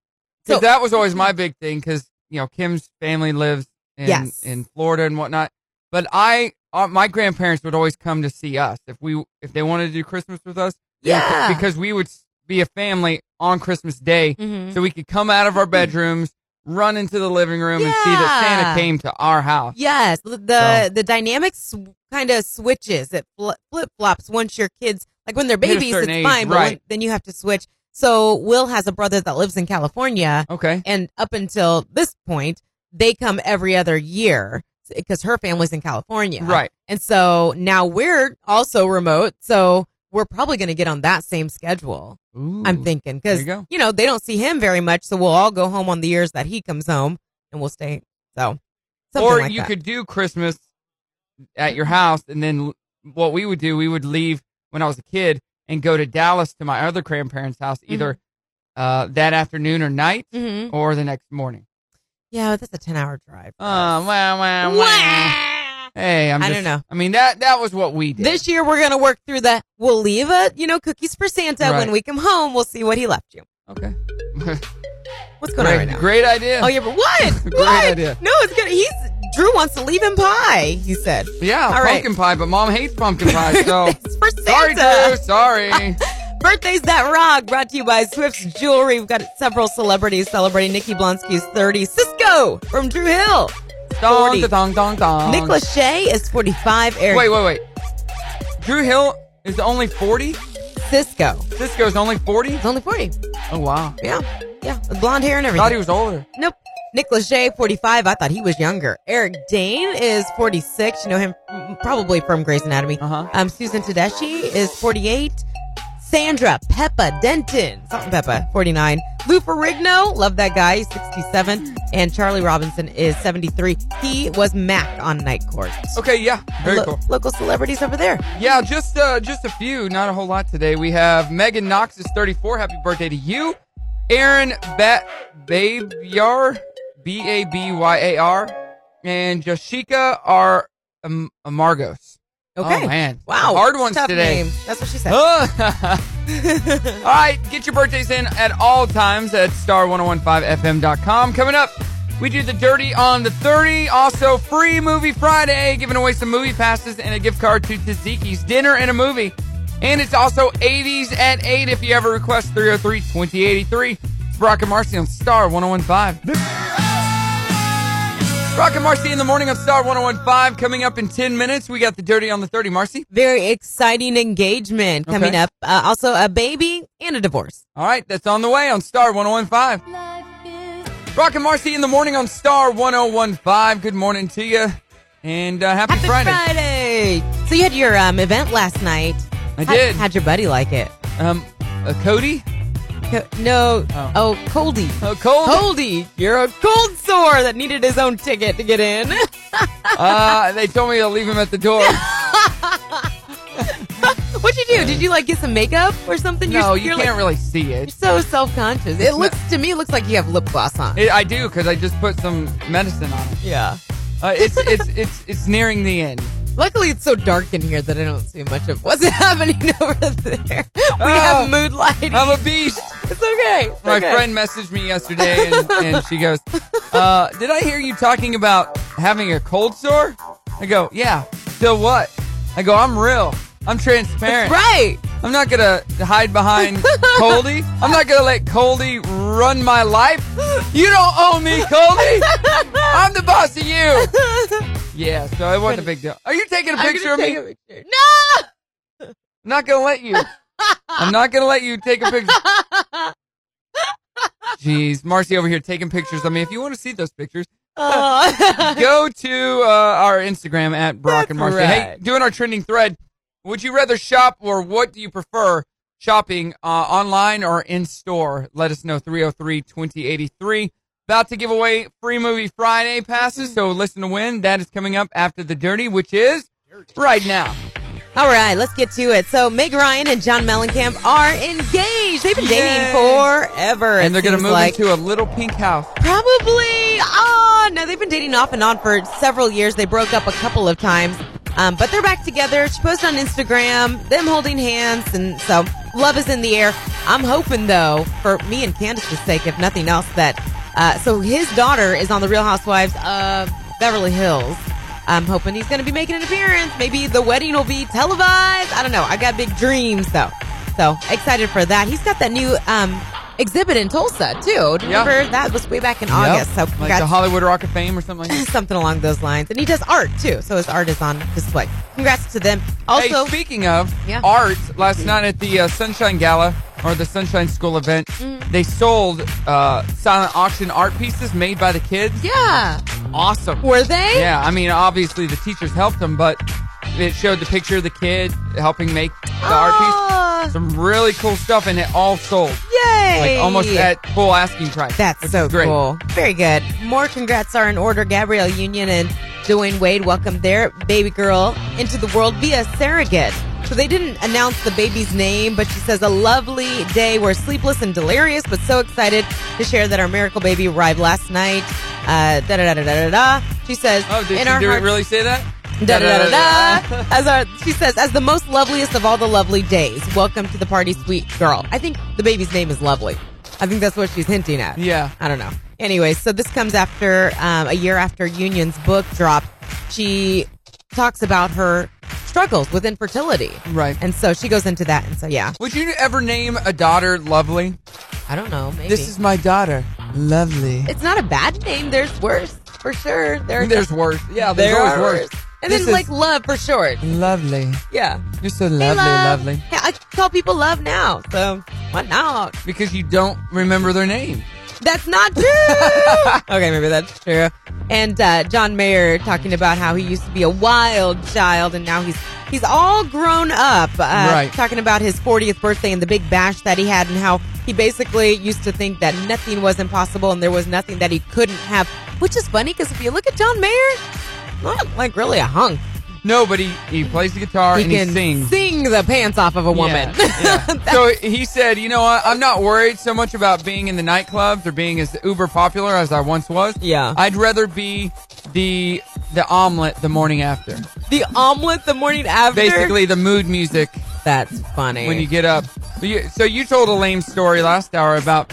So- Mm-hmm.
that was always my big thing because you know kim's family lives in,
Yes.
in florida and whatnot but i uh, my grandparents would always come to see us if we if they wanted to do christmas with us they would-
Yeah.
because we would s- be a family on christmas day
Mhm.
so we could come out of our bedrooms run into the living room and see that
Yeah.
santa came to our house
Yes, the the, the dynamics kind of switches. It fl- flip flops once your kids, like when they're
Hit a
babies, it's
certain age,
fine, but
right.
when, then you have to switch. So Will has a brother that lives in California,
okay
and up until this point, they come every other year because her family's in California,
right
And so now we're also remote, so we're probably going to get on that same schedule. I'm thinking
There
because
you
you,
go.
know they don't see him very much, so we'll all go home on the years that he comes home, and we'll stay. So, something
or
like
you
that.
could do Christmas at your house, and then l- what we would do, we would leave when I was a kid and go to Dallas to my other grandparents' house
Mm-hmm.
either uh, that afternoon or night
Mhm.
or the next morning.
Yeah, but that's a ten-hour drive. for
Oh,
us.
wow, wow, wow.
Wah!
Hey, I'm
I
just,
don't know.
I mean that that was what we did.
This year we're gonna work through the. We'll leave a you know cookies for Santa when
Right.
we come home. We'll see what he left you.
okay,
What's going on
great,
right now?
great idea.
Oh yeah, but what?
Great
what?
idea.
No, it's gonna. He's Drew wants to leave him pie. He said.
yeah,
All right.
pumpkin pie, but mom hates pumpkin pie, so
It's for
sorry,
Santa.
Drew, sorry.
Birthdays That Rock, brought to you by Swift's Jewelry. We've got several celebrities celebrating Nikki Blonsky's 30. Cisco from Drew Hill,
dong,
40.
dong, dong, dong.
Nick Lachey is 45. Eric
Oh, Wait, wait, wait. Drew Hill is only forty.
Cisco
Cisco's only forty.
is only 40.
Oh wow.
Yeah, yeah, with blonde hair and everything.
Thought he was older.
nope. Nick Lachey, 45. I thought he was younger. Eric Dane is 46. You know him mm, probably from Grey's Anatomy.
Uh-huh.
Um, Susan Tedeschi is 48. Sandra Peppa Denton, Salt and Peppa, 49. Lou Ferrigno, love that guy, he's 67. And Charlie Robinson is 73. He was Mac on Night Court.
Okay, yeah, very
Lo-
cool.
Local celebrities over there.
Yeah, just uh, just a few, not a whole lot today. We have Megan Knox is 34. Happy birthday to you, Aaron Bat Babyar, B A B Y A R, and Jashika R um, Amargos.
Okay.
Oh man,
Wow.
hard ones
Tough
today.
name. That's what she said.
all right, get your birthdays in at all times at star1015fm.com. Coming up, we do the dirty on the 30. Also, free movie Friday, giving away some movie passes and a gift card to Taziki's dinner and a movie. And it's also 80s at 8 if you ever request 303 2083. It's Brock and Marcy on Star 1015. Brock and Marcy in the morning on Star 1015. Coming up in 10 minutes, we got the dirty on the 30. Marcy?
Very exciting engagement coming
Okay.
up. Uh, also, a baby and a divorce.
All right, that's on the way on Star 1015. Brock and Marcy in the morning on Star 1015. Good morning to you and uh, happy,
Happy
Friday.
Friday. So you had your um, event last night.
I
How-
did.
How'd your buddy like it?
Um, uh, Cody?
Co- no.
Oh.
Oh, Coldy.
Uh, Cole?
Coldy, you're a cold sore that needed his own ticket to get in.
Uh, they told me to leave him at the door.
What'd you do? did you like get some makeup or something?
No, you
you're,
can't
like,
really see it.
You're so self conscious. It looks to me it looks like you have lip gloss on.
It, I do because I just put some medicine on it.
yeah.
Uh, it's it's it's it's nearing the end.
Luckily, it's so dark in here that I don't see much of what's happening over there. We have mood lighting.
Oh. I'm a beast.
it's okay. It's
My
okay.
friend messaged me yesterday and, and she goes, uh, "Did I hear you talking about having a cold sore?" I go, "Yeah." So what? I go, "I'm real. I'm transparent.
Right.
I'm not gonna hide behind Coldy. I'm not gonna let Coldy run my life. You don't own me, Coldy. I'm the boss of you." Yeah. So it wasn't a big deal. Are you taking a
I'm
picture of
gonna
me?
take a picture. No!
I'm not gonna let you. I'm not gonna let you take a picture. Jeez, Marcy over here taking pictures. I mean, if you want to see those pictures,
Oh.
go to uh, our Instagram at Brock and
That's
Marcy. Hey,
right.
doing our trending thread. Would you rather shop or what do you prefer shopping uh, online or in store? Let us know 303 2083. About to give away free movie Friday passes, so listen to win. That is coming up after the dirty, which is right now.
All right, let's get to it. So Meg Ryan and John Mellencamp are engaged. They've been
Yay.
dating forever.
And they're
going
going to move into a little pink house.
probably. Oh no, they've been dating off and on for several years. They broke up a couple of times, um, but they're back together. She posted on Instagram them holding hands, and so love is in the air. I'm hoping though, for me and Candace's sake, if nothing else, that uh, so his daughter is on the Real Housewives of Beverly Hills. I'm hoping he's going to be making an appearance. Maybe the wedding will be televised. I don't know. I got big dreams though. So excited for that. He's got that new um, exhibit in Tulsa too. Do you
Yeah.
remember that was way back in August? So
Yep. like the
congrats,
Hollywood Rock of Fame or something like that.
something along those lines. And he does art too, so his art is on display. Congrats to them. Also,
hey, speaking of
Yeah.
art, last night at the uh, Sunshine Gala or the Sunshine School event,
Mm.
they sold uh, silent auction art pieces made by the kids.
Yeah.
Awesome.
were they?
Yeah, I mean, obviously the teachers helped them, but it showed the picture of the kid helping make the art
Oh,
piece. Some really cool stuff, and it all sold.
yay!
Like almost at full asking price.
That's
which
so
is great.
cool. Very good. More congrats are in order. Gabrielle Union and Dwayne Wade welcomed their baby girl into the world via surrogate. So they didn't announce the baby's name, but she says, A lovely day. We're sleepless and delirious, but so excited to share that our miracle baby arrived last night. Uh, da da da da da da. She says,
Oh, did
in
she
our
do it
hearts-
really say that?
da, da, da, da,
Da-da-da-da-da.
da. As our, she says, as the most loveliest of all the lovely days, welcome to the party, sweet girl. I think the baby's name is Lovely. I think that's what she's hinting at.
Yeah.
I don't know. Anyway, so this comes after um, a year after Union's book dropped. She talks about her struggles with infertility.
Right.
And so she goes into that. And so, yeah,
Would you ever name a daughter Lovely?
I don't know. Maybe.
This is my daughter, Lovely.
it's not a bad name. There's worse, for sure. There,
There's worse. Yeah, there's
there
always
are
worse.
And
This
then,
is-
like, love for short.
Lovely.
Yeah.
You're so lovely,
Hey, love.
lovely.
Hey, I call people love now, so why not?
Because you don't remember their name.
That's not true. okay, maybe that's true. And uh, John Mayer talking about how he used to be a wild child and now he's he's all grown up. Uh,
Right.
Talking about his 40th birthday and the big bash that he had and how he basically used to think that nothing was impossible and there was nothing that he couldn't have, which is funny because if you look at John Mayer, not like really a hunk.
No, but he, he plays the guitar and
can
he sings.
sing the pants off of a woman.
Yeah, yeah. so he said, you know what? I'm not worried so much about being in the nightclubs or being as uber popular as I once was.
Yeah.
I'd rather be the the omelet the morning after.
the omelet the morning after.
Basically, the mood music
That's funny.
when you get up. So you, so you told a lame story last hour about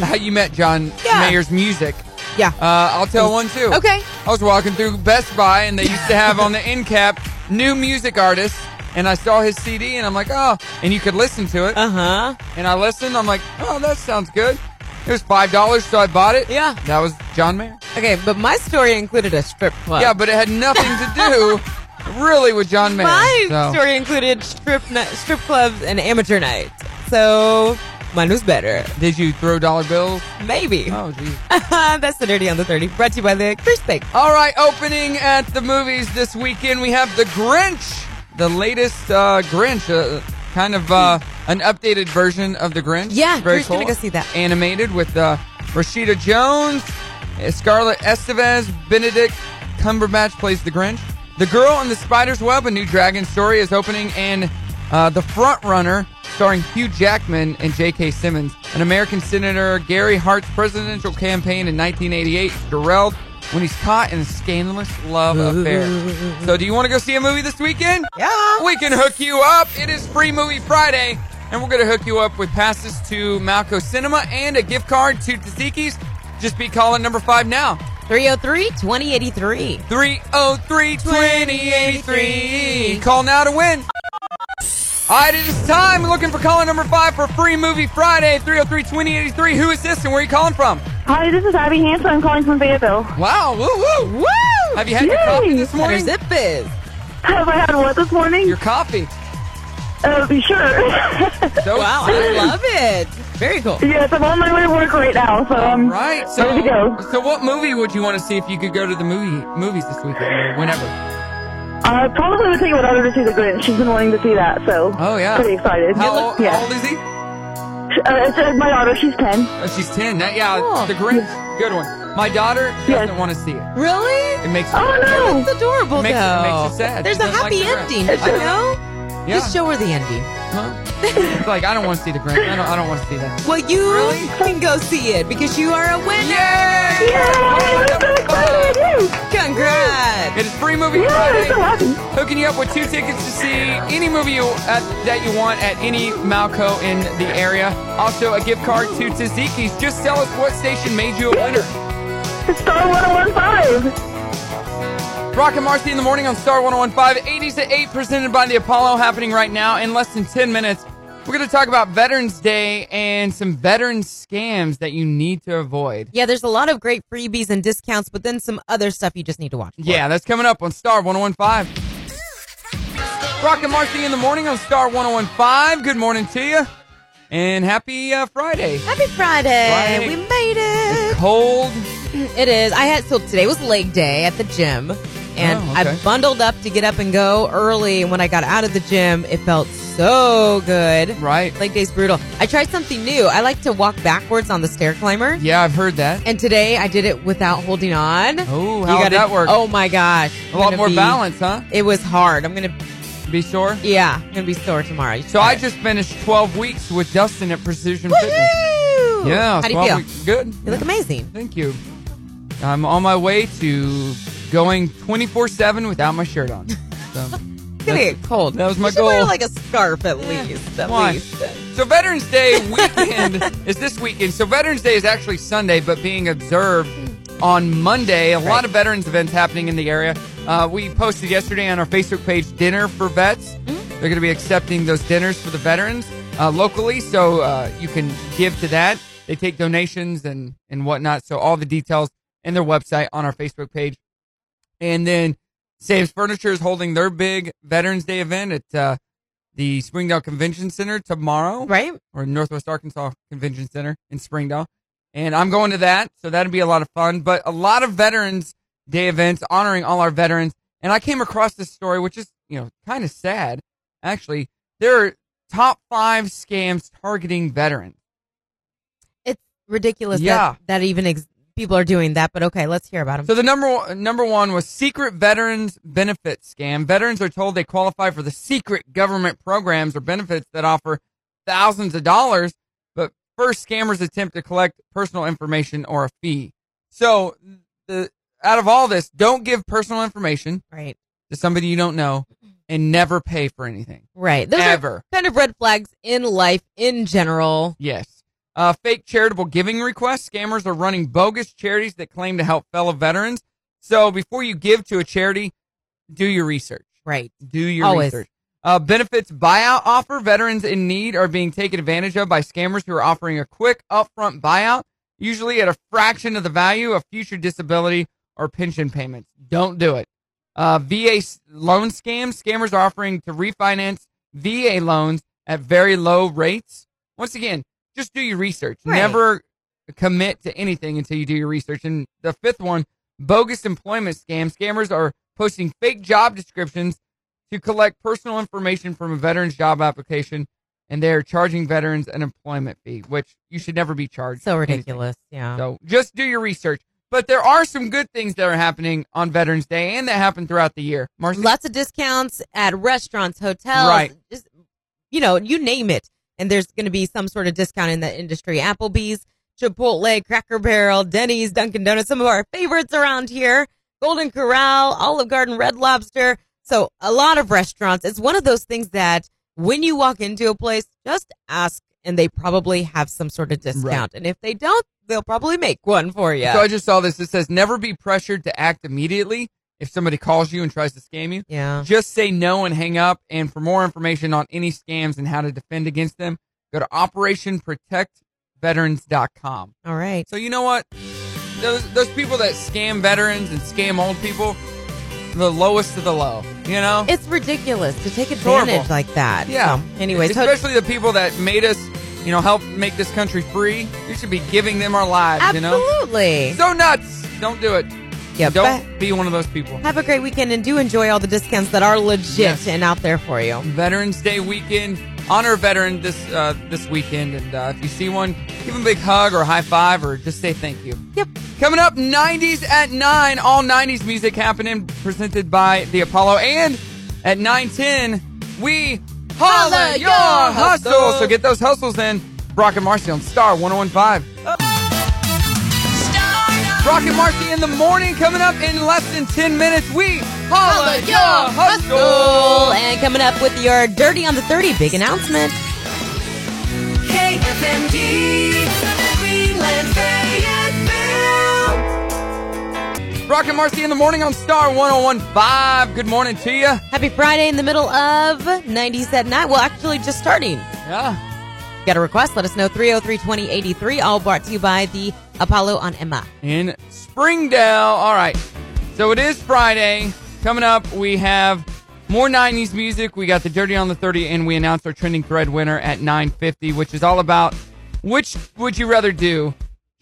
how you met John
Yeah.
Mayer's music.
yeah.
Uh, I'll tell one too.
Okay.
I was walking through Best Buy and they used to have on the end cap new music artists. And I saw his CD and I'm like, oh, and you could listen to it.
Uh huh.
And I listened. I'm like, oh, that sounds good. It was five dollars, so I bought it.
Yeah.
That was John Mayer.
Okay, but my story included a strip club.
Yeah, but it had nothing to do really with John Mayer.
my
so.
story included strip ni- strip clubs and amateur nights. So mine was better,
Did you throw dollar bills?
maybe.
Oh, geez.
That's the dirty on the thirty. Brought to you by the Chris Bake.
All right, opening at the movies this weekend, we have The Grinch, the latest uh, Grinch, uh, kind of uh, an updated version of The Grinch.
Yeah,
very
we're just gonna
cool.
go see that.
Animated with uh, Rashida Jones, uh, Scarlett Estevez, Benedict Cumberbatch plays The Grinch. The Girl in the Spider's Web, a new dragon story, is opening in Uh, the Front Runner, starring Hugh Jackman and J.K. Simmons, an American senator Gary Hart's presidential campaign in 1988 is derailed when he's caught in a scandalous love affair. So, do you want to go see a movie this weekend?
Yeah.
We can hook you up. It is Free Movie Friday, and we're going to hook you up with passes to Malco Cinema and a gift card to Tzatziki's. Just be calling number five now.
303 2083.
303-2083. Call now to win. All right, it is time. We're looking for caller number five for Free Movie Friday, 303-2083. Who is this and where are you calling from?
Hi, this is Abby Hanson. I'm calling from Fayetteville.
Wow, woo, woo, woo. Have you had your
Yay.
coffee Oh, this
Better
morning?
zip is.
Have I had what this morning?
Your coffee.
Uh, sure.
So
Wow, I love it. Very cool.
yes, I'm on my way to work right now, so I'm
Right.
ready
So,
to go.
so what movie would you want to see if you could go to the movie movies this weekend or whenever?
I Uh, probably would take my daughter to see The Grinch. She's been wanting to see that, so
Oh, yeah.
pretty excited.
How, old-
yeah.
how old is he?
Uh, it's, uh, my daughter, she's 10.
Oh, she's 10. That, yeah, The Grinch. Good one. My daughter doesn't
Oh. Yes.
want to see it.
Really?
It makes
Oh, no!
It's adorable,
Makes it-
though.
makes it sad.
There's
She
a
doesn't
happy
like the
ending, you know?
yeah.
Just show her the ending.
Huh? It's like I don't want to see the Grinch. I don't. I don't want to see that.
Well, you can go see it because you are a winner.
Yay!
Yeah, I'm so excited! Yay.
Congrats.
It is free movie
Yeah, I'm so
Friday.
happy.
Hooking you up with two tickets to see any movie you, uh, that you want at any Malco in the area. Also, a gift card to Tzatziki's. Just tell us what station made you a winner.
It's Star 1015.
Rock and Marcy in the morning on Star 1015, 80s to 8, presented by the Apollo, happening right now in less than 10 minutes. We're going to talk about Veterans Day and some veteran scams that you need to avoid.
Yeah, there's a lot of great freebies and discounts, but then some other stuff you just need to watch. for.
Yeah, that's coming up on Star 1015. Rock and Marcy in the morning on Star 1015. Good morning to you. And happy uh, Friday.
Happy Friday.
Friday.
We made it.
Cold.
It is. I had so today was leg day at the gym, and
Oh, okay.
I bundled up to get up and go early. And when I got out of the gym, it felt so good.
Right.
Leg day's brutal. I tried something new. I like to walk backwards on the stair climber,
Yeah, I've heard that.
and today I did it without holding on.
Oh,
You
how'd
gotta-
that work?
Oh my gosh,
A
I'm
lot
gonna
more
be-
balance, huh?
It was hard. I'm gonna,
Be sure.
yeah, I'm gonna be sore tomorrow.
So I just finished 12 weeks with Dustin at Precision Fitness.
Woohoo!
Yeah,
How do you
12
feel?
weeks. Good.
You look amazing.
Thank you. I'm on my way to going 24 7 without my shirt on. So.
It's gonna get cold.
that was my
you should Wear
goal.
like a scarf at least. At
Why?
least.
So Veterans Day weekend is this weekend. So Veterans Day is actually Sunday, but being observed on Monday. A lot of veterans events happening in the area. Uh, we posted yesterday on our Facebook page dinner for vets. They're going to be accepting those dinners for the veterans uh, locally, so uh, you can give to that. They take donations and and whatnot. So all the details in their website on our Facebook page. And then Sam's Furniture is holding their big Veterans Day event at uh, the Springdale Convention Center tomorrow,
Right?
or Northwest Arkansas Convention Center in Springdale. And I'm going to that, so that'll be a lot of fun. But a lot of Veterans Day events honoring all our veterans. And I came across this story, which is, you know, kind of sad, actually. There are top five scams targeting veterans.
It's ridiculous
Yeah.
that, that even ex- people are doing that, but okay, let's hear about them.
So the number one, number one was secret veterans benefit scam. Veterans are told they qualify for the secret government programs or benefits that offer thousands of dollars, but first scammers attempt to collect personal information or a fee. So the out of all this, don't give personal information
right.
to somebody you don't know and never pay for anything.
Right. Those are
ever.
kind of red flags in life in general.
Yes. Uh, fake charitable giving requests. Scammers are running bogus charities that claim to help fellow veterans. So before you give to a charity, do your research.
Right.
Do your
Always.
research. Uh, benefits buyout offer. Veterans in need are being taken advantage of by scammers who are offering a quick upfront buyout, usually at a fraction of the value of future disability or pension payments. Don't do it. Uh, VA s- loan scams. Scammers are offering to refinance VA loans at very low rates. Once again, just do your research.
Right.
Never commit to anything until you do your research. And the fifth one, bogus employment scam. Scammers are posting fake job descriptions to collect personal information from a veteran's job application, and they are charging veterans an employment fee, which you should never be charged.
So
anything.
ridiculous. Yeah.
So just do your research. But there are some good things that are happening on Veterans Day and that happen throughout the year. Marcy,
Lots of discounts at restaurants, hotels.
Right.
Just
you know, you name it. And there's going to be some sort of discount in that industry. Applebee's, Chipotle, Cracker Barrel, Denny's, Dunkin' Donuts, some of our favorites around here, Golden Corral, Olive Garden, Red Lobster. So a lot of restaurants. It's one of those things that when you walk into a place, just ask and they probably have some sort of discount.
Right.
And if they don't, they'll probably make one for you.
So I just saw this. It says never be pressured to act immediately if somebody calls you and tries to scam you.
Uh-huh.
yeah.
Just say no and hang up. And for more information on any scams and how to defend against them, go to OperationProtectVeterans.com.
All right.
So you know what? Those those people that scam veterans and scam old people, the lowest of the low. You know?
It's ridiculous to take
horrible.
advantage like that.
Yeah.
So, anyways, ho-
especially the people that made us, you know, help make this country free. You should be giving them our lives. You
absolutely.
know? So nuts. Don't do it.
yeah.
Don't
but
be one of those people.
have a great weekend and do enjoy all the discounts that are legit
Yes.
and out there for you.
Veterans Day weekend. Honor a veteran this uh, this weekend, and uh, if you see one, give him a big hug or a high five, or just say thank you.
Yep.
Coming up, 90s at 9, all 90s music happening, presented by the Apollo. And at 9.10, we holla
Holla
your
your
hustle.
hustle.
So get those hustles in. Brock and Marcy on Star 1015. Brock and Marcy in the morning, coming up in less than 10 minutes, we holla, your hustle.
And coming up with your Dirty on the 30 big announcement.
Brock and Marcy in the morning on Star 1015. Good morning to you.
Happy Friday in the middle of 90s at night. Well, actually, just starting.
Yeah.
Got a request? Let us know 303 2083. All brought to you by the Apollo on Emma.
In Springdale. All right. So it is Friday. Coming up, we have more 90s music. We got the Dirty on the 30, and we announced our trending thread winner at 950, which is all about which would you rather do?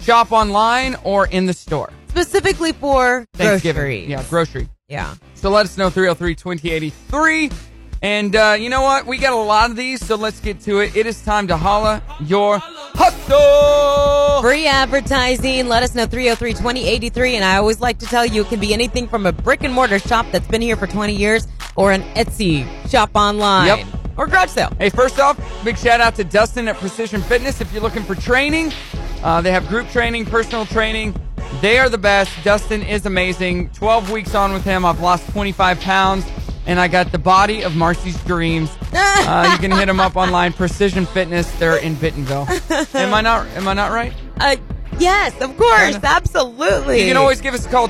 Shop online or in the store?
Specifically for
Thanksgiving.
groceries.
Yeah, grocery.
Yeah.
So let us know 303 2083. And uh, you know what? We got a lot of these, so let's get to it. It is time to holla your hustle.
Free advertising. Let us know 303 2083. And I always like to tell you it can be anything from a brick and mortar shop that's been here for 20 years or an Etsy shop online.
Yep.
Or garage sale.
Hey, first off, big shout out to Dustin at Precision Fitness. If you're looking for training, uh, they have group training, personal training. They are the best. Dustin is amazing. 12 weeks on with him, I've lost 25 pounds, and I got the body of Marcy's dreams. Uh, you can hit him up online, Precision Fitness. They're in Bentonville. Am I not? Am I not right?
Uh, yes, of course.
Kinda.
Absolutely.
You can always give us a call,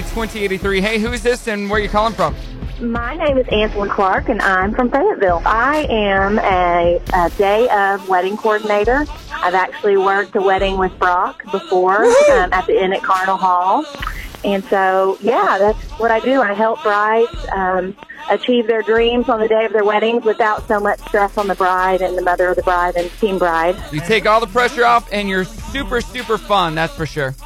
2303-2083. Hey, who is this and where you calling from?
My name is Angela Clark, and I'm from Fayetteville. I am a, a day of wedding coordinator. I've actually worked a wedding with Brock before um, at the Inn at Carnal Hall. And so, yeah, that's what I do. I help brides um, achieve their dreams on the day of their weddings without so much stress on the bride and the mother of the bride and team bride.
You take all the pressure off and you're super, super fun, that's for sure.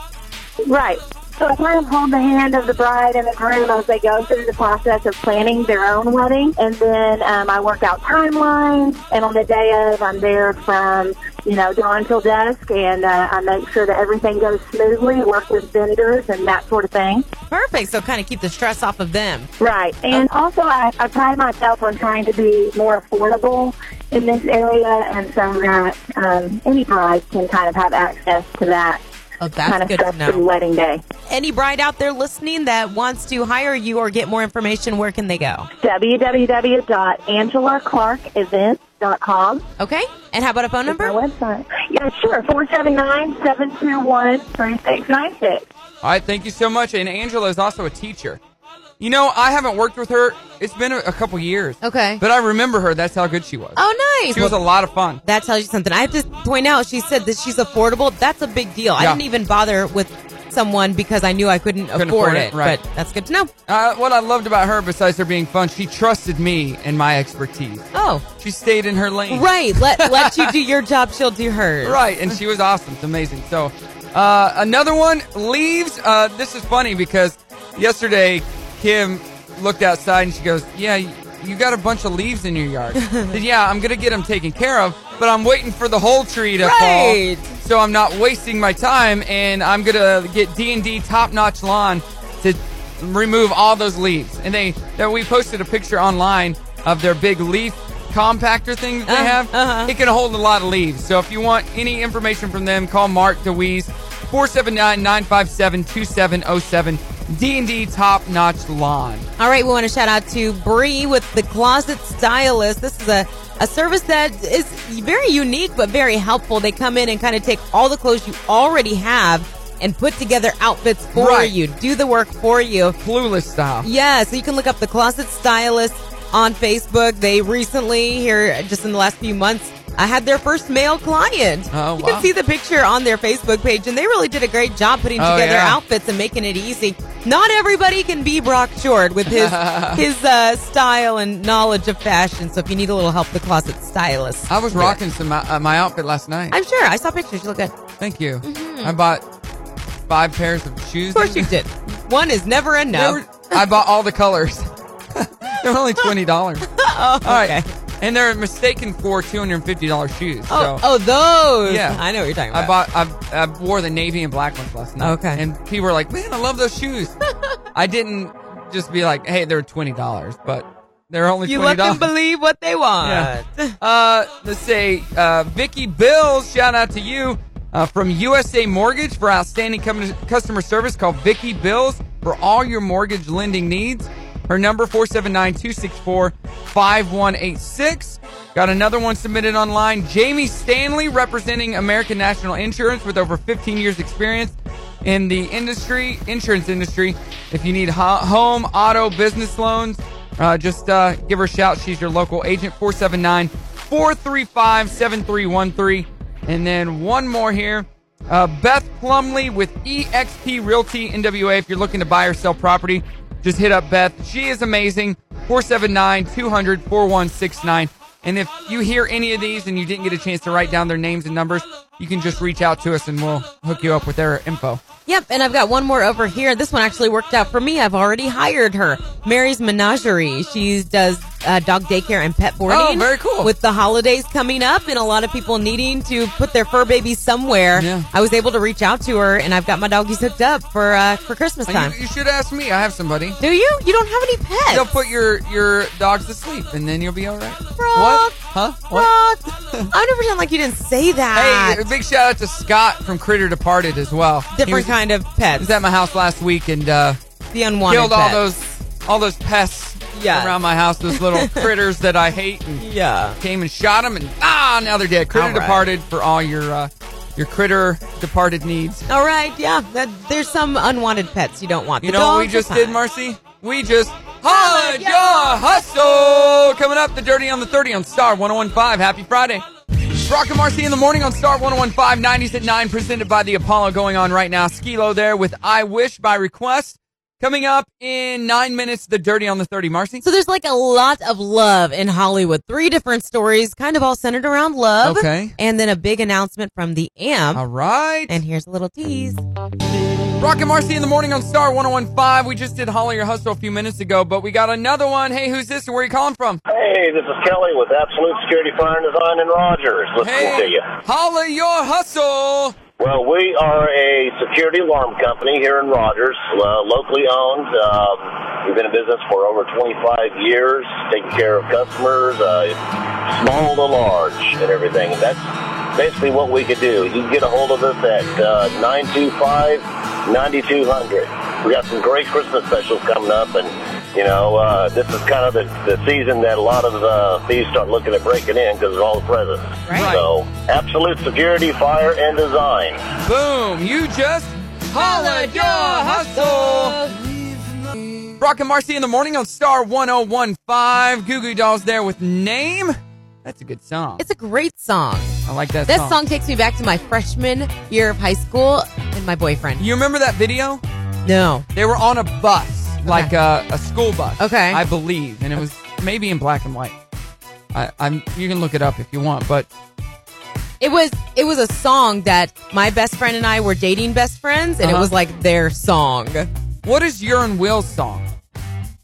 Right. So I kind of hold the hand of the bride and the groom as they go through the process of planning their own wedding. And then um, I work out timelines. And on the day of, I'm there from, you know, dawn till dusk. And uh, I make sure that everything goes smoothly, work with vendors and that sort of thing.
Perfect. So kind of keep the stress off of them.
Right. And also, I, I pride myself on trying to be more affordable in this area. And so that um, any bride can kind of have access to that
Oh,
kind
that's
of
good to
stuff through
know.
wedding day.
Any bride out there listening that wants to hire you or get more information, where can they go?
www.angelaclarkevents.com
Okay. And how about a phone
Our
number?
website. Yeah, sure. 479-721-3696.
All right, thank you so much. And Angela is also a teacher. You know, I haven't worked with her. It's been a, a couple years.
Okay.
But I remember her. That's how good she was.
Oh, nice.
She was a lot of fun.
that tells you something. I have to point out, she said that she's affordable. That's a big deal. I
Yeah.
didn't even bother with someone because I knew I couldn't,
afford
afford,
it,
it.
right.
But that's good to know.
Uh, what I loved about her, besides her being fun, she trusted me and my expertise.
Oh,
She stayed in her lane.
right. Let let you do your job. She'll do hers.
Right, and she was awesome. It's amazing. So, uh, another one leaves. Uh, this is funny because yesterday Kim looked outside and she goes, "Yeah, you- you got a bunch of leaves in your yard." I said, yeah, I'm gonna get them taken care of, but I'm waiting for the whole tree to
Right.
fall, so I'm not wasting my time, and I'm gonna get D and D Top Notch Lawn to remove all those leaves. And they that we posted a picture online of their big leaf compactor thing that they
Uh,
have,
uh-huh.
it can hold a lot of leaves. So if you want any information from them, call Mark DeWeese, 479-957-2707, D&D Top Notch Lawn.
All right, we want to shout out to Bree with the Closet Stylist. This is a, a service that is very unique but very helpful. They come in and kind of take all the clothes you already have and put together outfits for
Right.
you, do the work for you.
Clueless style.
Yeah, so you can look up the Closet Stylist on Facebook. They recently, here just in the last few months, I had their first male client.
Oh,
you
wow.
can see the picture on their Facebook page, and they really did a great job putting
Oh,
together
yeah.
outfits and making it easy. Not everybody can be Brock Short with his his uh, style and knowledge of fashion. So if you need a little help, the Closet Stylist.
I was rocking some uh, my outfit last night.
I'm sure. I saw pictures. You look good. Of
Thank you. I bought five pairs of shoes. Of
course you did. One is never enough.
I bought all the colors. they're only twenty dollars.
oh,
All right,
okay.
and they're mistaken for two hundred and fifty dollars shoes.
Oh,
so
oh, those.
Yeah.
I know what you're talking about.
I bought I, I wore the navy and black ones last night.
Okay.
and people were like, "Man, I love those shoes." I didn't just be like, "Hey, they're twenty dollars," but they're only
You
twenty
let
dollars.
them believe what they want.
Yeah. Uh, let's say uh, Vicky Bills. Shout out to you uh, from USA Mortgage for outstanding cum- customer service. Call Vicky Bills for all your mortgage lending needs. Her number 479-264-5186. Got another one submitted online. Jamie Stanley representing American National Insurance with over 15 years experience in the industry, insurance industry. If you need ho- home, auto, business loans, uh, just uh, give her a shout. She's your local agent, 479 435 7313. And then one more here. Uh, Beth Plumley with EXP Realty NWA. If you're looking to buy or sell property, just hit up Beth. She is amazing. 479 200 4169. And if you hear any of these and you didn't get a chance to write down their names and numbers, you can just reach out to us and we'll hook you up with their info.
Yep, and I've got one more over here. This one actually worked out for me. I've already hired her. Mary's Menagerie. She does uh, dog daycare and pet boarding.
Oh, very cool.
With the holidays coming up and a lot of people needing to put their fur babies somewhere,
Yeah.
I was able to reach out to her, and I've got my doggies hooked up for uh, for Christmas time.
You, you should ask me. I have somebody.
Do you? You don't have any pets.
They'll put your your dogs to sleep, and then you'll be all right.
Frog.
What? Huh? What?
What? I never pretend like you didn't say that.
Hey, a big shout out to Scott from Critter Departed as well. He
Different
was,
kind of
He
pets.
was at my house last week and uh,
the unwanted
killed all
pet.
those all those pests
Yeah.
around my house. Those little critters that I hate. And
Yeah.
came and shot them, and ah, now they're dead. Critter
All right.
Departed for all your uh, your Critter Departed needs.
All right, yeah. That, there's some unwanted pets you don't want.
You
The
know what we
dogs are
just did,
fine.
Marcy? We just hollered your hustle. Coming up, the Dirty on the 30 on Star 1015. Happy Friday. Brock and Marcy in the morning on Star 1015, 90s at 9, presented by the Apollo going on right now. Skilo there with I Wish by Request. Coming up in nine minutes, the Dirty on the 30. Marcy?
So there's like a lot of love in Hollywood. Three different stories, kind of all centered around love.
Okay.
And then a big announcement from the AMP.
All right.
And here's a little tease.
Brock and Marcy in the morning on Star 1015. We just did Holler Your Hustle a few minutes ago, but we got another one. Hey, who's this? and Where are you calling from?
Hey, this is Kelly with Absolute Security Fire and Design in Rogers. Listening to
Hey,
you.
Holler Your Hustle.
Well, we are a security alarm company here in Rogers, uh, locally owned. Um, we've been in business for over 25 years, taking care of customers, uh, small to large, and everything. And that's basically what we could do. You can get a hold of us at uh, 925-9200. We got some great Christmas specials coming up, and you know uh, this is kind of the, the season that a lot of uh, thieves start looking at breaking in because of all the presents.
Right.
So, absolute security, fire, and design.
Boom! You just hollered your hustle! Brock and Marcy in the morning on Star 1015. Goo Goo Dolls there with Name. That's a good song.
It's a great song.
I like that,
That song takes me back to my freshman year of high school and my boyfriend.
You remember that video?
No.
They were on a bus, like uh, a, a school bus.
Okay.
I believe. And it was maybe in black and white. I, I'm. You can look it up if you want, but
It was it was a song that my best friend and I were dating best friends and
Uh-huh.
it was like their song.
what is your and Will's song?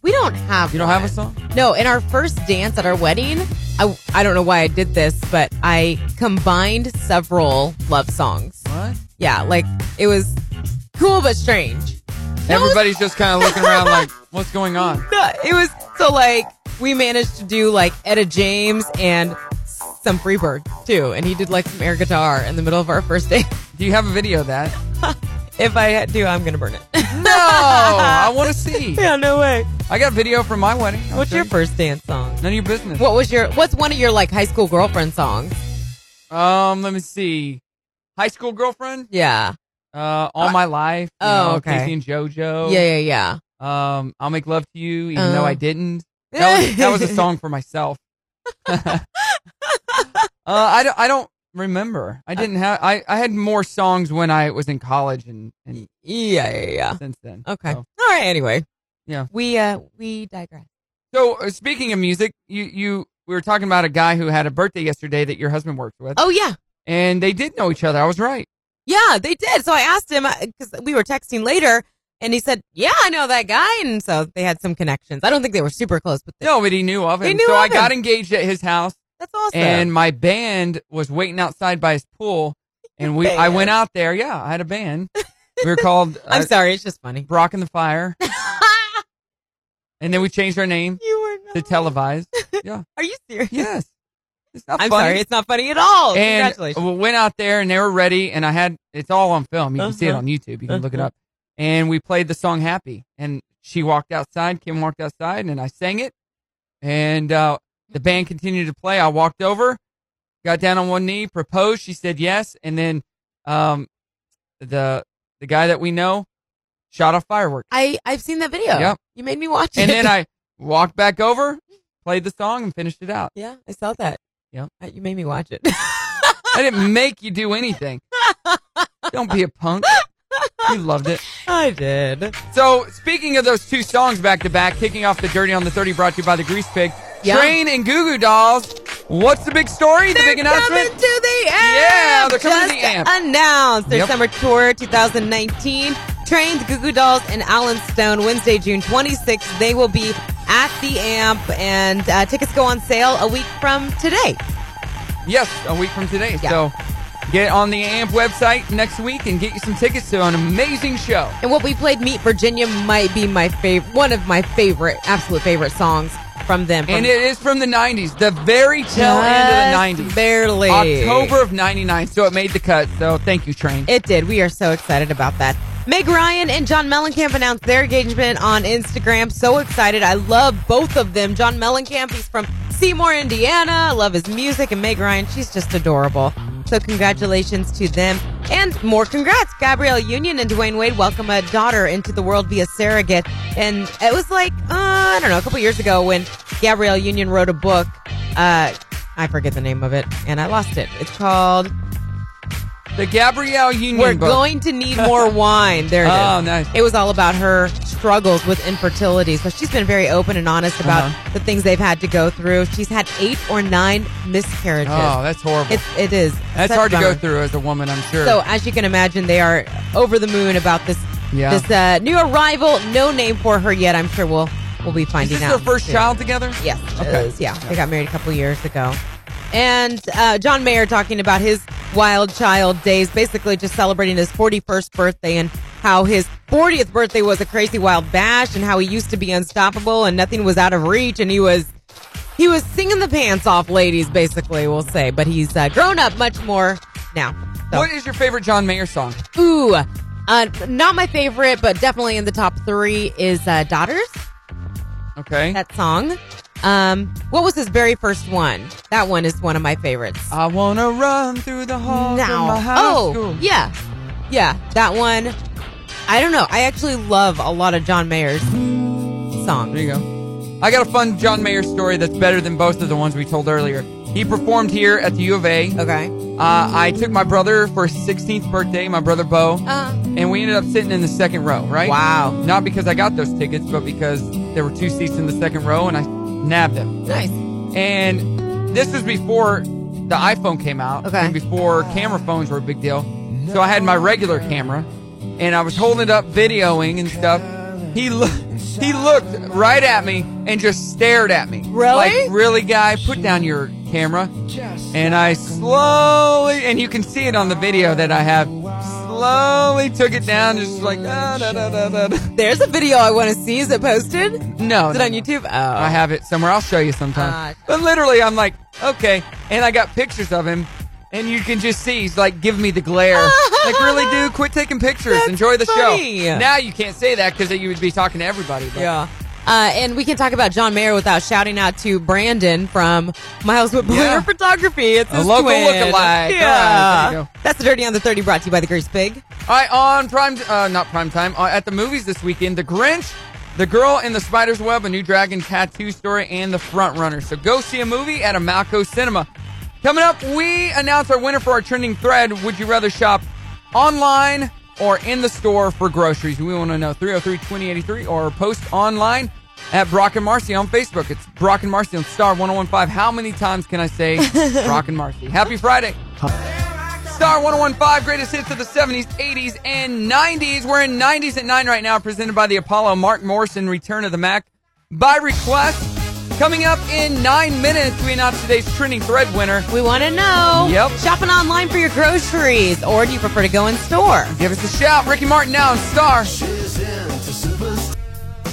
We don't have
You don't have a
one.
song?
No, in our first dance at our wedding, I I don't know why I did this, but I combined several love songs.
What?
Yeah, like it was cool but strange.
Everybody's just kind of looking around like, what's going on?
No, it was so like
we managed to do like Etta James and some Freebird too, and he did like some air guitar in the middle of our first date.
Do you have a video of that?
If I do, I'm gonna burn it.
No, I want to see.
yeah, no way.
I got video from my wedding. I'll
What's
show
your
you.
first dance song?
None of your business.
What was your? What's one of your like high school girlfriend songs?
Um, let me see. High school girlfriend.
Yeah,
Uh, all my life. you
oh,
know,
okay.
Casey and JoJo.
yeah, yeah, yeah.
Um, I'll make love to you, even
Oh.
though I didn't. That was, that was a song for myself. uh, I don't. I don't remember.
Uh.
I didn't have. I, I had more songs when I was in college and, and
Yeah, yeah, yeah.
since then.
Okay.
So,
All right. Anyway,
Yeah.
we uh we digress.
so, uh, speaking of music, you you we were talking about a guy who had a birthday yesterday that your husband worked with,
Oh yeah,
and they did know each other. I was right.
Yeah, they did. So I asked him because we were texting later, and he said, "Yeah, I know that guy." And so they had some connections. I don't think they were super close, but they,
No, but he knew of him.
He knew
so
of
I got
him.
engaged at his house,
that's awesome.
and my band was waiting outside by his pool, and we I
Band.
went out there. Yeah, I had a band. We were called
I'm
uh,
sorry, it's just funny.
Brock and the Fire, and then we changed our name
you were
to
not.
Televised.
Are you serious?
Yes, it's not
I'm
funny.
sorry, it's not funny at all.
and
Oh, Congratulations.
we went out there, and they were ready, and I had it's all on film. You can see it
Uh-huh.
on YouTube. You can look it
Uh-huh.
up. And we played the song "Happy," and she walked outside. Kim walked outside, and I sang it. And uh, the band continued to play. I walked over, got down on one knee, proposed. She said yes, and then um, the the guy that we know shot off fireworks.
I I've seen that video.
Yep.
you made me watch it.
And then I walked back over, played the song, and finished it out.
Yeah, I saw that.
Yeah.
Uh, you made me watch it.
I didn't make you do anything. Don't be a punk. You loved it.
I did.
So, speaking of those two songs back to back, kicking off the dirty on the 30 brought to you by the Grease Pig,
Yeah.
Train and Goo Goo Dolls. What's the big story? The big announcement?
Coming to the amp.
Yeah, they're coming to
Just
the amp.
Announced their
Yep.
summer tour 2019. Trains, Goo Goo Dolls, and Alan Stone Wednesday, June 26th. They will be at the amp, and uh, tickets go on sale a week from today.
Yes, a week from today.
Yeah.
So, get on the AMP website next week and get you some tickets to an amazing show.
And what we played, Meet Virginia, might be my favorite, one of my favorite, absolute favorite songs from them. From
And it is from the 90s, the very tail end of the 90s.
barely
October of 99, so it made the cut. So, thank you, Train.
It did. We are so excited about that.
Meg Ryan and John Mellencamp announced their engagement on Instagram. So excited. I love both of them. John Mellencamp, he's from Seymour, Indiana. I love his music. And Meg Ryan, she's just adorable. So congratulations to them. And more congrats. Gabrielle Union and Dwayne Wade welcome a daughter into the world via surrogate. And it was like, uh, I don't know, a couple years ago when Gabrielle Union wrote a book. Uh, I forget the name of it and I lost it. It's called
The Gabrielle Union
we're
book.
going to need more wine. There it is.
Mm, Oh, nice.
It was all about her struggles with infertility. So she's been very open and honest about
Uh-huh.
the things they've had to go through. She's had eight or nine miscarriages.
Oh, that's horrible.
It's, it is.
That's
Such
hard to go
bummer.
through as a woman, I'm sure.
So as you can imagine, they are over the moon about this
Yeah.
this uh, new arrival. No name for her yet. I'm sure we'll we'll be
is
finding
this
out.
their first
soon.
child together?
Yes. it
Okay.
is. Yeah. They got married a couple years ago. And uh, John Mayer talking about his wild child days, basically just celebrating his 41st birthday and how his 40th birthday was a crazy wild bash and how he used to be unstoppable and nothing was out of reach and he was he was singing the pants off ladies basically we'll say but he's uh, grown up much more now So-
What is your favorite John Mayer song?
Ooh, uh, not my favorite, but definitely in the top three is uh, Daughters.
Okay.
That song. Um, what was his very first one? That one is one of my favorites.
I wanna run through the halls of my high
Oh,
school.
yeah. Yeah, that one. I don't know. I actually love a lot of John Mayer's
There
songs.
you go. I got a fun John Mayer story that's better than both of the ones we told earlier. He performed here at the U of A. Uh,
Okay.
I took my brother for his 16th birthday, my brother Bo,
Uh,
and we ended up sitting in the second row, right?
wow.
Not because I got those tickets, but because there were two seats in the second row and I nabbed them.
Nice.
And this is before the iPhone came out.
Okay.
And before camera phones were a big deal. So I had my regular camera and I was holding it up videoing and stuff. He lo- he looked right at me and just stared at me.
Really?
Like, really, guy, put down your camera. And I slowly, and you can see it on the video that I have, slowly took it down, just like da da da da da. da.
There's a video I want to see. Is it posted? Is
No,
it
no.
on YouTube? Oh.
I have it somewhere. I'll show you sometime.
Ah.
Uh,
but literally, I'm like, okay. And I got pictures of him, and you can just see he's like, give me the glare. like, really, dude, quit taking pictures.
That's
Enjoy the
funny.
show. Now you can't say that because you would be talking to everybody. But
Yeah. Uh, and we can talk about John Mayer without shouting out to Brandon from Miles with Blair
Yeah.
Photography. It's
A
his
local
twin.
lookalike. All right, there you
Yeah.
go.
That's the Dirty on the 30 brought to you by the Grease Pig.
All right, on prime, uh, not prime time, uh, at the movies this weekend, The Grinch, The Girl in the Spider's Web, A New Dragon Tattoo Story, and The Front Runner. So go see a movie at a Malco Cinema. Coming up, we announce our winner for our trending thread. Would you rather shop online or in the store for groceries? We want to know 303 2083 or post online at Brock and Marcy on Facebook. It's Brock and Marcy on Star 1015. How many times can I say Brock and Marcy? Happy Friday. Star 1015, greatest hits of the 70s, 80s, and 90s. We're in 90s at 9 right now, presented by the Apollo Mark Morrison Return of the Mac by request. Coming up in nine minutes, we announce today's trending thread winner.
We want to know.
Yep.
Shopping online for your groceries, or do you prefer to go in store?
Give us a shout. Ricky Martin now on Star.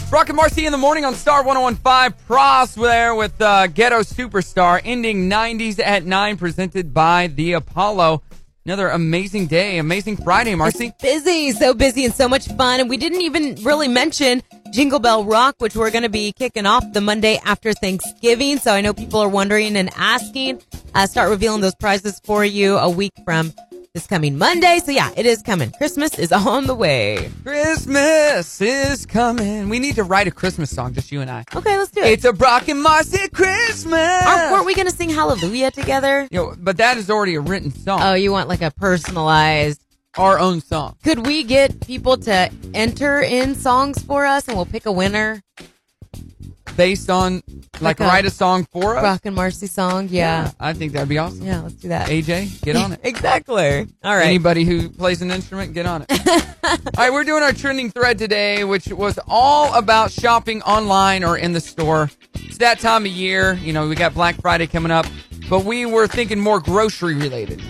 Brock and Marcy in the morning on Star 1015. Pross there with uh, Ghetto Superstar, ending 90s at 9, presented by the Apollo. Another amazing day, amazing Friday, Marcy.
Busy, so busy, and so much fun. And we didn't even really mention Jingle Bell Rock, which we're going to be kicking off the Monday after Thanksgiving. So I know people are wondering and asking. Uh, start revealing those prizes for you a week from this coming Monday. So yeah, it is coming. Christmas is on the way.
Christmas is coming. We need to write a Christmas song, just you and I.
Okay, let's do it.
It's a Brock and Marcy Christmas.
Aren't, weren't we going to sing Hallelujah together?
You know, but that is already a written song.
Oh, you want like a personalized.
Our own song.
Could we get people to enter in songs for us and we'll pick a winner?
Based on,
Like
like,
a-
write a song for us.
Rock and Marcy song? Yeah.
I think that'd be awesome.
Yeah, let's do that.
AJ, get on it.
Exactly. All right.
Anybody who plays an instrument, get on it. all right, we're doing our trending thread today, which was all about shopping online or in the store. It's that time of year. You know, we got Black Friday coming up, but we were thinking more grocery related.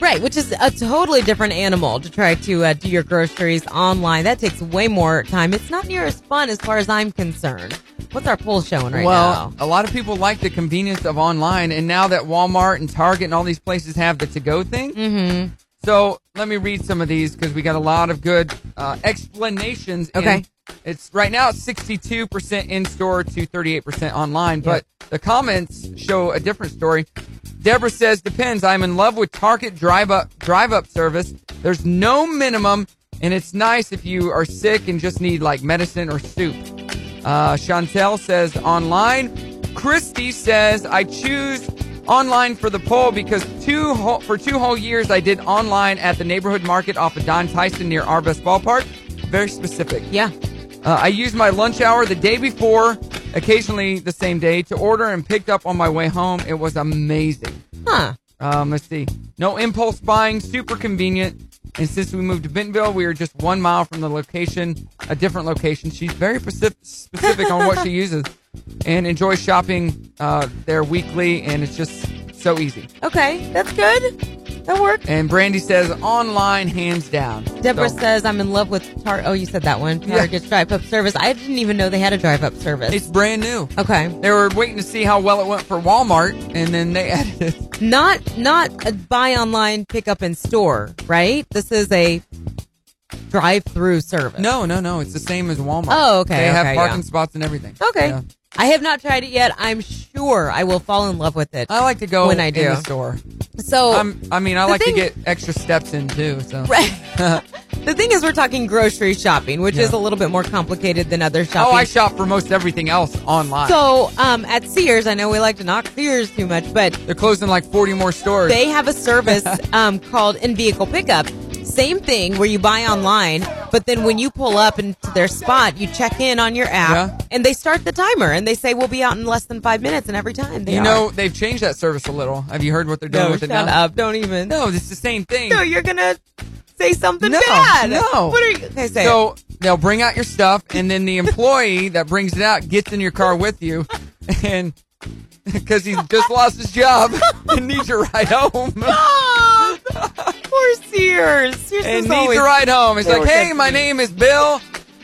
Right, which is a totally different animal to try to uh, do your groceries online. That takes way more time. It's not near as fun as far as I'm concerned. What's our poll showing right
well,
now?
a lot of people like the convenience of online, and now that Walmart and Target and all these places have the to-go thing, mm-hmm. so let me read some of these because we got a lot of good uh, explanations. in-
Okay.
it's right now it's sixty-two percent in store to thirty-eight percent online, but the comments show a different story. Deborah says, "Depends. I'm in love with Target drive up drive up service. There's no minimum, and it's nice if you are sick and just need like medicine or soup." Uh, Chantel says online. Christy says I choose online for the poll because two whole, for two whole years I did online at the neighborhood market off of Don Tyson near Arbest Ballpark. Very specific.
yeah.
Uh, I used my lunch hour the day before, occasionally the same day, to order and picked up on my way home. It was amazing.
Huh.
Um, let's see. No impulse buying, super convenient. And since we moved to Bentonville, we were just one mile from the location, a different location. She's very specific, specific on what she uses and enjoys shopping uh, there weekly, and it's just so easy.
Okay, that's good. That worked.
And Brandy says online, hands down.
Deborah
So,
says, I'm in love with Tar. Oh, you said that one.
Oh. Yeah.
Target's drive up service. I didn't even know they had a drive up service.
it's brand new.
okay.
They were waiting to see how well it went for Walmart, and then they added it.
Not not a buy online, pick up in store, right? This is a drive through service.
No, no, no. It's the same as Walmart.
Oh, okay,
They have
okay,
parking
yeah.
spots and everything.
Okay.
Yeah.
I have not tried it yet. I'm sure I will fall in love with it.
I like to go
When I do.
in the store.
so,
Um, I'm, I mean, I
The
like
thing-
to get extra steps in too. So
right. the thing is, we're talking grocery shopping, which
Yeah.
is a little bit more complicated than other
oh,
shopping.
I shop for most everything else online.
so, um, at Sears, I know we like to knock Sears too much, but
They're closing like 40 more stores.
they have a service um, called in vehicle pickup. Same thing where you buy online, but then when you pull up into their spot, you check in on your app,
Yeah.
and they start the timer, and they say we'll be out in less than five minutes, and every time they
you
are.
know, they've changed that service a little. Have you heard what they're doing
no,
with
shut
it now?
up, don't even.
No, it's the same thing.
No, you're gonna say something
No,
bad.
no.
What are you? Okay, say it.
So they'll bring out your stuff, and then the employee that brings it out gets in your car with you, and because he's just lost his job and needs your ride home.
Poor Sears. Sears
and
is
needs
always
a ride home. It's
They
like,
were
hey,
good
my
to me."
name is Bill,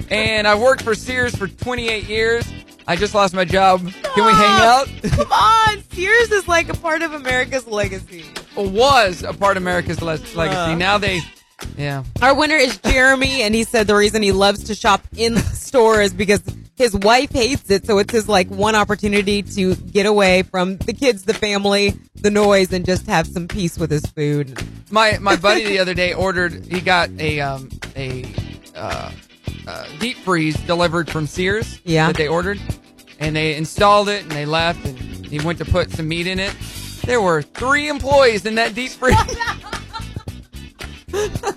and I worked for Sears for 28 years. I just lost my job. Can we hang out?
Come on, Sears is like a part of America's legacy.
Was a part of America's le- legacy.
Uh.
Now they, yeah.
Our winner is Jeremy, and he said the reason he loves to shop in the store is because his wife hates it. So it's his like one opportunity to get away from the kids, the family, the noise, and just have some peace with his food.
My my buddy the other day ordered. He got a um a uh, uh, deep freeze delivered from Sears.
Yeah.
that they ordered, and they installed it and they left and he went to put some meat in it. There were three employees in that deep freeze.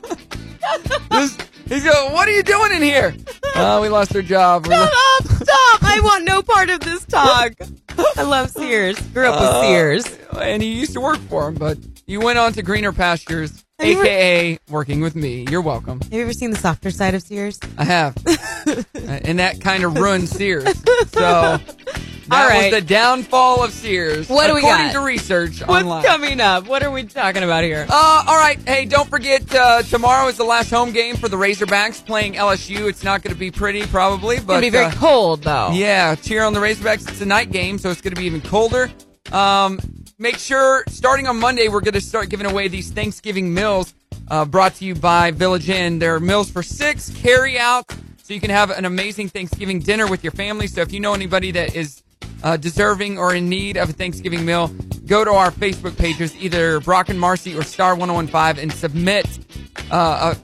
This- he's going, what are you doing in here? Uh, we lost our job. We lo-
Stop! Stop! I want no part of this talk. Uh, I love Sears. Grew up with Sears.
and he used to work for him, but you went on to greener pastures,
Have you ever-
aka working with me. You're welcome.
Have you ever seen the softer side of Sears?
I have. Uh, and that kind of ruined Sears. So that
All right.
was the downfall of Sears.
What do we
according
got?
to research
What's
online.
coming up? What are we talking about here?
Uh, all right. Hey, don't forget, uh, tomorrow is the last home game for the Razorbacks playing LSU. It's not going to be pretty, probably, but.
It's gonna be very
uh,
cold though.
yeah, cheer on the Razorbacks. It's a night game, so it's going to be even colder. Um, make sure, starting on Monday, we're going to start giving away these Thanksgiving meals uh, brought to you by Village Inn. They're meals for six, carry out, so you can have an amazing Thanksgiving dinner with your family. So if you know anybody that is uh, deserving or in need of a Thanksgiving meal, go to our Facebook pages, either Brock and Marcy or Star 1015, and submit uh, a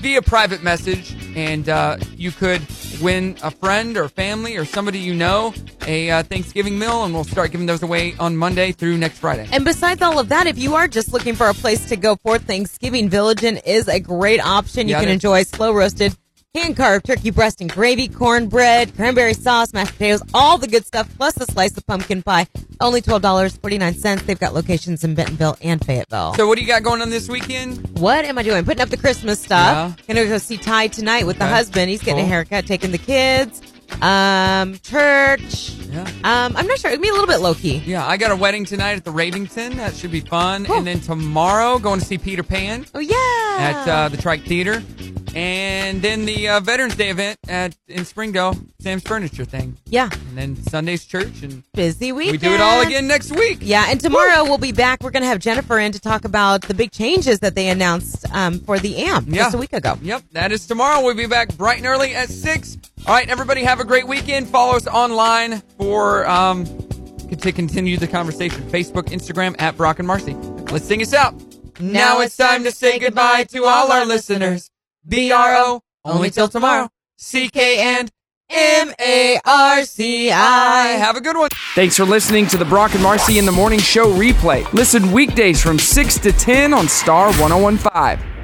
via private message, and uh, you could win a friend or family or somebody you know a uh, Thanksgiving meal, and we'll start giving those away on Monday through next Friday.
And besides all of that, if you are just looking for a place to go for Thanksgiving, Village Inn is a great option. You
Yeah, it
can
is.
enjoy slow roasted, hand carved turkey breast and gravy, cornbread, cranberry sauce, mashed potatoes, all the good stuff, plus a slice of pumpkin pie. Only $12.49. They've got locations in Bentonville and Fayetteville.
So, what do you got going on this weekend?
What am I doing? Putting up the Christmas stuff.
Yeah.
Gonna go see Ty tonight with the
Okay.
husband. He's getting a
Cool.
haircut, taking the kids. Um, church.
Yeah.
Um, I'm not sure. It'll be a little bit low key.
Yeah, I got a wedding tonight at the Ravington. That should be fun.
Cool.
And then tomorrow, going to see Peter Pan
Oh yeah.
at uh, the Trike Theater. And then the uh, Veterans Day event at in Springdale, Sam's Furniture thing.
yeah.
And then Sunday's church, and
Busy weekend.
we do it all again next week.
Yeah, and tomorrow we'll be back. We're going to have Jennifer in to talk about the big changes that they announced um, for the AMP
Yeah.
just a week ago.
Yep, that is tomorrow. We'll be back bright and early at 6. All right, everybody, have a great weekend. Follow us online for um, to continue the conversation. Facebook, Instagram, at Brock and Marcy. Let's sing us out. Now it's time to say goodbye to all our listeners. B-R-O, only till tomorrow. C-K and M-A-R-C-I. Have a good one. Thanks for listening to the Brock and oh Marcy in the Morning Show replay. Listen weekdays from 6 to 10 on Star 1015.